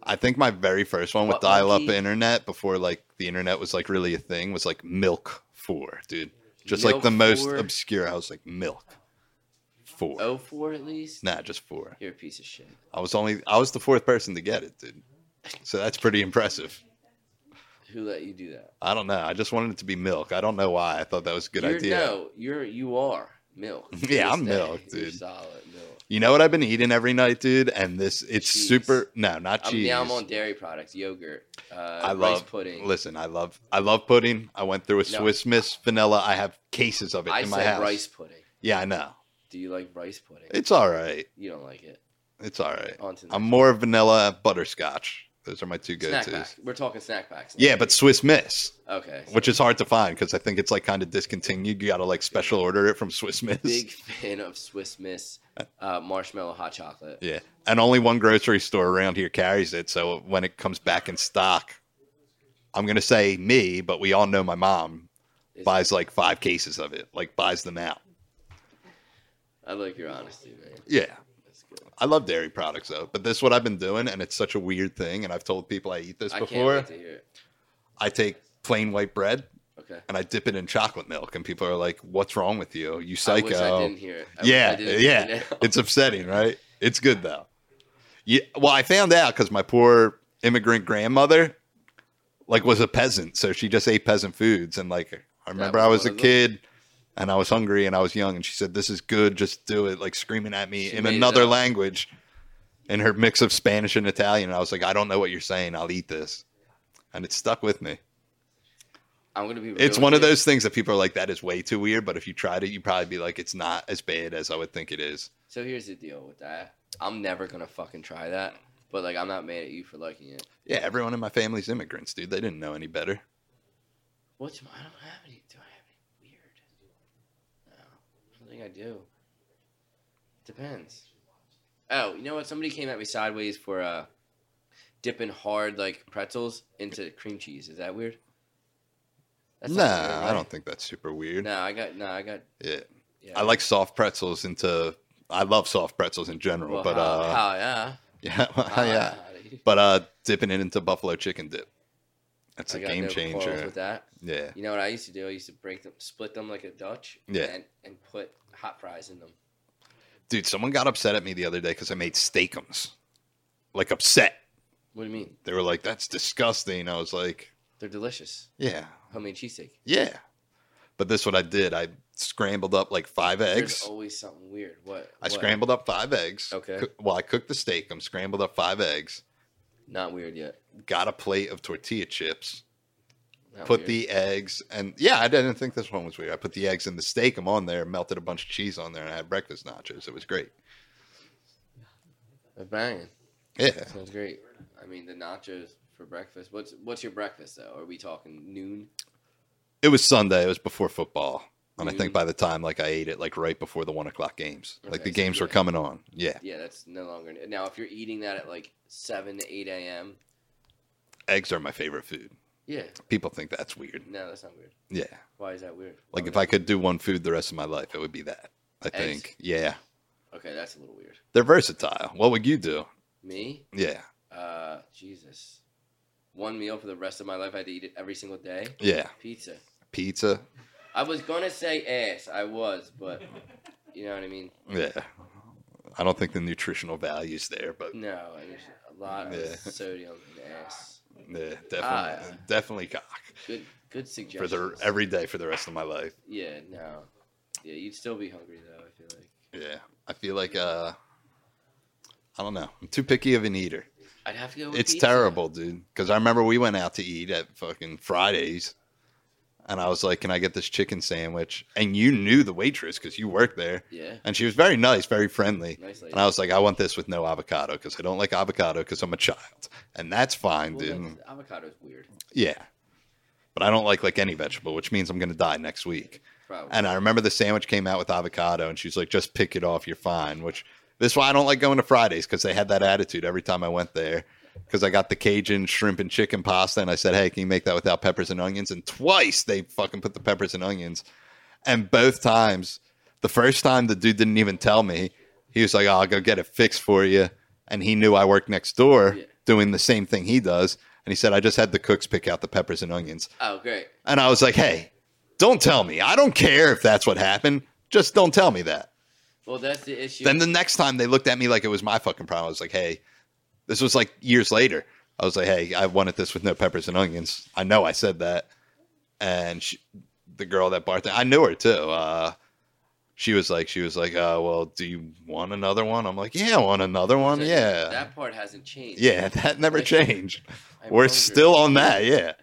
S1: I think my very first one with
S2: What
S1: dial up
S2: monkey-
S1: internet before like the internet was like really a thing was like Milk Four, dude. Just like
S2: Milk
S1: the most
S2: 4?
S1: obscure. I was like Milk Four.
S2: oh four at least.
S1: Nah, just four.
S2: You're a piece of shit.
S1: I was only I was the fourth person to get it, dude. So that's pretty impressive.
S2: Who let you do that?
S1: I don't know. I just wanted it to be milk. I don't know why. I thought that was a good
S2: you're,
S1: idea.
S2: No, you're you are milk.
S1: Yeah,
S2: To
S1: I'm
S2: this day,
S1: milk,
S2: You're
S1: dude.
S2: solid milk.
S1: You know what I've been eating every night, dude? And this, it's
S2: Cheese.
S1: super. No, not
S2: I'm,
S1: cheese.
S2: now I'm on dairy products, yogurt, uh,
S1: I
S2: rice
S1: love
S2: pudding.
S1: Listen, I love, I love pudding. I went through a
S2: No.
S1: Swiss Miss vanilla. I have cases of it
S2: I
S1: in
S2: said
S1: my house.
S2: rice pudding.
S1: Yeah, I know.
S2: Do you like rice pudding?
S1: It's all right.
S2: you don't like it.
S1: It's all right.
S2: On to the
S1: I'm more vanilla butterscotch. Those are my two
S2: Snack
S1: go-tos.
S2: pack. We're talking snack packs. now.
S1: Yeah, but Swiss Miss,
S2: Okay.
S1: which is hard to find because I think it's like kind of discontinued. You got to like special order it from Swiss Miss.
S2: Big fan of Swiss Miss uh, marshmallow hot chocolate.
S1: Yeah, and only one grocery store around here carries it. So when it comes back in stock, I'm gonna say me, but we all know my mom
S2: It's-
S1: buys like five cases of it. Like buys them out.
S2: I like your honesty, man.
S1: Yeah.
S2: That's good.
S1: I love dairy products though, but this is what I've been doing, and it's such a weird thing. And I've told people I eat this
S2: I can't
S1: before.
S2: wait to hear it.
S1: I take plain white bread
S2: Okay.
S1: and I dip it in chocolate milk, and people are like, "What's wrong with you? You
S2: I wish I
S1: psycho?"
S2: didn't hear it. I wish I
S1: yeah,
S2: didn't
S1: yeah.
S2: hear it now.
S1: it's upsetting, right? It's good though. Yeah. Well, I found out because my poor immigrant grandmother, like, was a peasant, so she just ate peasant foods, and like, I remember
S2: was
S1: I was
S2: one
S1: a
S2: of them?
S1: kid. And I was hungry and I was young, and she said, "This is good. Just do it." Like screaming at me
S2: She
S1: in
S2: made it
S1: another
S2: up.
S1: language, in her mix of Spanish and Italian. And I was like, "I don't know what you're saying. I'll eat this," and it stuck with me.
S2: I'm gonna be.
S1: It's
S2: real
S1: one of
S2: with you.
S1: those things that people are like, that is way too weird. But if you tried it, you'd probably be like, it's not as bad as I would think it is.
S2: So here's the deal with that. I'm never gonna fucking try that. But like, I'm not mad at you for liking it.
S1: Yeah, everyone in my family's immigrants, dude. They didn't know any better.
S2: What's my? I don't have any. Do I have any weird? No, I don't think I do. Depends. Oh, you know what? Somebody came at me sideways for uh, dipping hard like pretzels into cream cheese. Is that weird?
S1: nah,
S2: not weird,
S1: I
S2: right?
S1: don't think that's super weird.
S2: No, I got. No, I got.
S1: Yeah.
S2: Yeah.
S1: I like soft pretzels into. I love soft pretzels in general,
S2: Well,
S1: but
S2: how-
S1: uh,
S2: how, yeah,
S1: yeah,
S2: How-
S1: yeah,
S2: how do you-
S1: but uh, dipping it into buffalo chicken dip. That's
S2: I
S1: a
S2: got
S1: game
S2: no quarrels
S1: changer.
S2: With that,
S1: Yeah,
S2: you know what I used to do? I used to break them, split them like a Dutch,
S1: Yeah.
S2: and and put hot fries in them.
S1: dude. Someone got upset at me the other day because I made steakums. Like upset.
S2: What do you mean?
S1: They were like, "That's disgusting." I was like,
S2: They're delicious.
S1: "Yeah,
S2: Homemade cheesesteak.
S1: Yeah. But this what I did. I scrambled up like five
S2: There's
S1: eggs.
S2: always something weird. What?
S1: I
S2: what?
S1: scrambled up five eggs.
S2: Okay.
S1: Coo- Well, I cooked the steak. I'm scrambled up five eggs.
S2: Not weird yet.
S1: Got a plate of tortilla chips.
S2: Not
S1: put
S2: weird.
S1: the eggs and yeah, I didn't think this one was weird. I put the eggs in the steak. I'm on there, melted a bunch of cheese on there, and I had breakfast nachos. It was great.
S2: That's banging.
S1: Yeah.
S2: Sounds great. I mean, the nachos for breakfast. What's what's your breakfast though? Are we talking noon?
S1: It was Sunday. It was before football. And I think
S2: Mhm.
S1: by the time like I ate it, like right before the one o'clock games, like
S2: Okay,
S1: the
S2: so
S1: games were
S2: yeah.
S1: coming on. Yeah,
S2: Yeah, that's no longer now. If you're eating that at like seven to eight a.m.,
S1: eggs are my favorite food.
S2: yeah,
S1: People think that's weird.
S2: no, that's not weird.
S1: Yeah,
S2: Why is that weird?
S1: Like if I could do one food the rest of my life, it would be that. I
S2: Eggs?
S1: think. Yeah.
S2: okay, that's a little weird.
S1: They're versatile. What would you do?
S2: Me,
S1: Yeah.
S2: uh, Jesus, one meal for the rest of my life. I had to eat it every single day.
S1: Yeah.
S2: Pizza.
S1: Pizza.
S2: I was gonna say ass. I was, but you know what I mean.
S1: Yeah. I don't think the nutritional value's there, but
S2: No, and there's a lot
S1: Yeah.
S2: of sodium in ass.
S1: yeah, definitely
S2: Ah.
S1: definitely cock.
S2: Good, good
S1: For
S2: suggestion.
S1: the every day for the rest of my life.
S2: Yeah, no. Yeah, you'd still be hungry though. I feel like
S1: Yeah. I feel like uh I don't know. I'm too picky of an eater.
S2: I'd have to go. With
S1: It's
S2: pizza.
S1: terrible, dude. Because I remember we went out to eat at fucking Fridays, and I was like, "Can I get this chicken sandwich?" And you knew the waitress because you worked there,
S2: Yeah,
S1: and she was very nice, very friendly.
S2: nice lady.
S1: And I was like, "I want this with no avocado because I don't like avocado because I'm a child, and that's fine,
S2: Well,
S1: dude.
S2: that's- Avocado's weird.
S1: Yeah, but I don't like like any vegetable, which means I'm gonna die next week."
S2: Probably.
S1: And I remember the sandwich came out with avocado, and she's like, "Just pick it off, you're fine." Which this is why I don't like going to Fridays because they had that attitude every time I went there. Because I got the Cajun shrimp and chicken pasta, and I said, "Hey, can you make that without peppers and onions?" And twice they fucking put the peppers and onions, and both times, the first time the dude didn't even tell me. He was like, oh, "I'll go get it fixed for you," and he knew I worked next door
S2: Yeah.
S1: doing the same thing he does. And he said, "I just had the cooks pick out the peppers and onions."
S2: oh, great.
S1: And I was like, hey, don't tell me. I don't care if that's what happened. Just don't tell me that.
S2: Well, that's the issue.
S1: Then the next time they looked at me like it was my fucking problem. I was like, hey, this was like years later. I was like, hey, I wanted this with no peppers and onions. I know I said that. And she, the girl that bartended, I knew her too. Uh, she was like, she was like, uh, well, do you want another one? I'm like, yeah, I want another one.
S2: That-
S1: Yeah.
S2: That part hasn't changed.
S1: Yeah, that never
S2: Like,
S1: changed.
S2: I'm
S1: We're
S2: hungry.
S1: still on that. Yeah.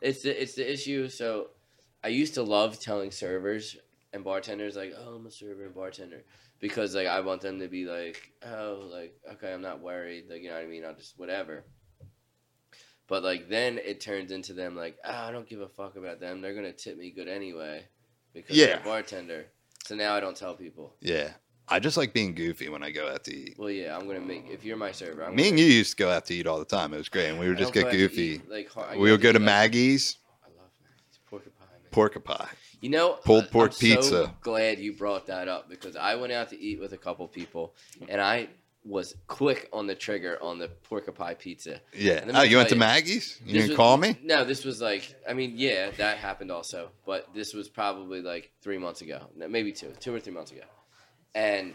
S2: It's the it's the issue. So, I used to love telling servers and bartenders like, "Oh, I'm a server and bartender," because like I want them to be like, oh, like okay, I'm not worried, like you know what I mean. I'll just whatever. But like then it turns into them like, oh, I don't give a fuck about them. They're gonna tip me good anyway because they're
S1: Yeah.
S2: a bartender. So now I don't tell people.
S1: Yeah. I just like being goofy when I go out to eat.
S2: Well, yeah, I'm gonna make if you're my server. I'm
S1: Me
S2: gonna,
S1: and you used to go out to eat all the time. It was great. And we would
S2: I
S1: just
S2: don't
S1: get
S2: go out to
S1: goofy.
S2: eat, like, hard- I
S1: we would
S2: out
S1: go to
S2: eat, like-
S1: Maggie's,
S2: I love Maggie's porcupine. man.
S1: porcupine.
S2: You know,
S1: Pulled
S2: I-
S1: pork
S2: I'm So
S1: pizza.
S2: glad you brought that up because I went out to eat with a couple people, and I was quick on the trigger on the porcupine pizza.
S1: Yeah.
S2: Let me
S1: Oh, you went to
S2: tell you,
S1: Maggie's? You
S2: this
S1: didn't
S2: was-
S1: call me?
S2: No, this was like, I mean, yeah, that happened also, but this was probably like three months ago, No, maybe two, two or three months ago, and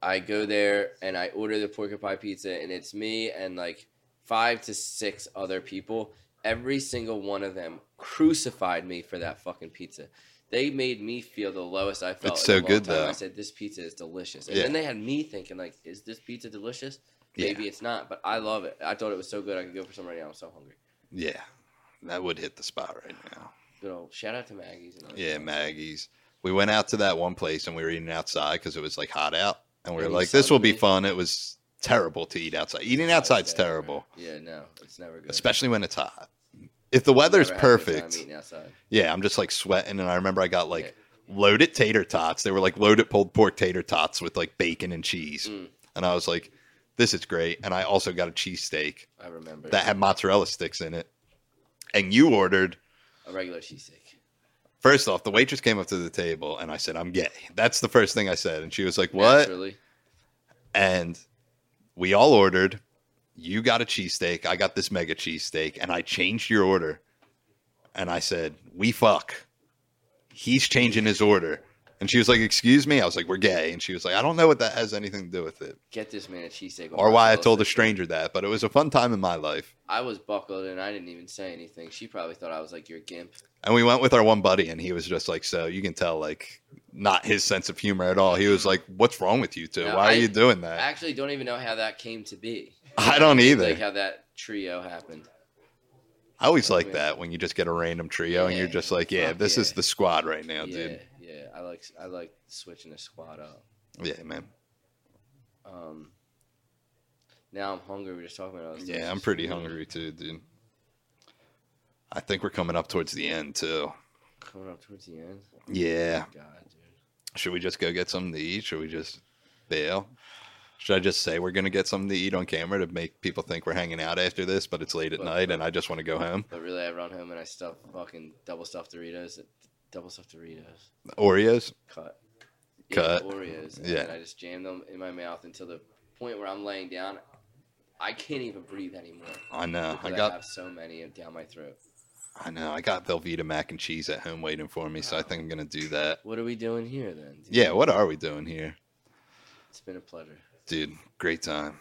S2: I go there and I order the porcupine pizza, and it's me and like five to six other people. Every single one of them crucified me for that fucking pizza. They made me feel the lowest I felt.
S1: It's
S2: in
S1: so
S2: a long
S1: good,
S2: time.
S1: though.
S2: I said this pizza is delicious, and
S1: Yeah.
S2: then they had me thinking like, "Is this pizza delicious?
S1: Yeah.
S2: Maybe it's not, but I love it. I thought it was so good. I could go for some right now. I'm so hungry.
S1: Yeah. That would hit the spot right now.
S2: Good old shout out to Maggie's. And all that.
S1: Yeah, Maggie's. We went out to that one place and we were eating outside because it was like hot out. And we were
S2: And you
S1: like, this will be
S2: sunbaked.
S1: fun. It was terrible to eat outside. Eating
S2: It's
S1: outside's
S2: never-
S1: terrible,
S2: Yeah, no, it's never good.
S1: especially when it's hot. If the
S2: Never
S1: weather's
S2: have a good time
S1: perfect,
S2: eating outside.
S1: yeah, I'm just like sweating. And I remember I got like loaded tater tots. They were like loaded pulled pork tater tots with like bacon and cheese.
S2: Mm.
S1: And I was like, this is great. And I also got a cheesesteak
S2: I remember
S1: that had mozzarella sticks in it. And you ordered
S2: a regular cheesesteak.
S1: First off, the waitress came up to the table and I said, I'm gay. That's the first thing I said. And she was like, What?
S2: Naturally.
S1: And we all ordered. You got a cheesesteak. I got this mega cheesesteak. And I changed your order. And I said, We fuck. He's changing his order. And she was like, Excuse me. I was like, We're gay. And she was like, I don't know what that has anything to do with it
S2: Get this man a cheesesteak. with
S1: or why I
S2: mozzarella
S1: told a
S2: sticks.
S1: stranger that. But it was a fun time in my life.
S2: I was buckled and I didn't even say anything. She probably thought I was like your gimp.
S1: And we went with our one buddy, and he was just like, so you can tell, like, not his sense of humor at all. He was like, what's wrong with you two?
S2: No,
S1: Why are
S2: I-
S1: you doing
S2: I
S1: that?
S2: actually don't even know how that came to be.
S1: I, don't either.
S2: Like how that trio happened.
S1: I always
S2: Yeah.
S1: like that when you just get a random trio and you're
S2: Yeah.
S1: just like, yeah,
S2: Fuck
S1: this is
S2: yeah.
S1: the squad right now,
S2: Yeah,
S1: dude.
S2: yeah. I like I like switching the squad up.
S1: Yeah, man.
S2: Um, now I'm hungry. We We're just talking about. all this
S1: Yeah,
S2: delicious
S1: I'm pretty
S2: food.
S1: hungry too, dude. I think we're coming up towards the end too.
S2: Coming up towards the end.
S1: Yeah.
S2: God, dude.
S1: Should we just go get something to eat? Should we just bail? Should I just say we're gonna get something to eat on camera to make people think we're hanging out after this, but it's late at
S2: But-
S1: night
S2: but-
S1: and I just want to go home?
S2: But really, I run home and I stuff fucking double stuffed Doritos. Double stuffed Doritos.
S1: Oreos?
S2: Cut.
S1: Cut.
S2: Yeah, Oreos.
S1: Yeah.
S2: And I just jammed them in my mouth until the point where I'm laying down. I can't even breathe anymore.
S1: I know. Uh-huh, I
S2: because
S1: got
S2: have so many down my throat.
S1: I know. I got Velveeta mac and cheese at home waiting for me, so I think I'm gonna do that.
S2: What are we doing here then? dude?
S1: Yeah, what are we doing here?
S2: It's been a pleasure.
S1: Dude, great time.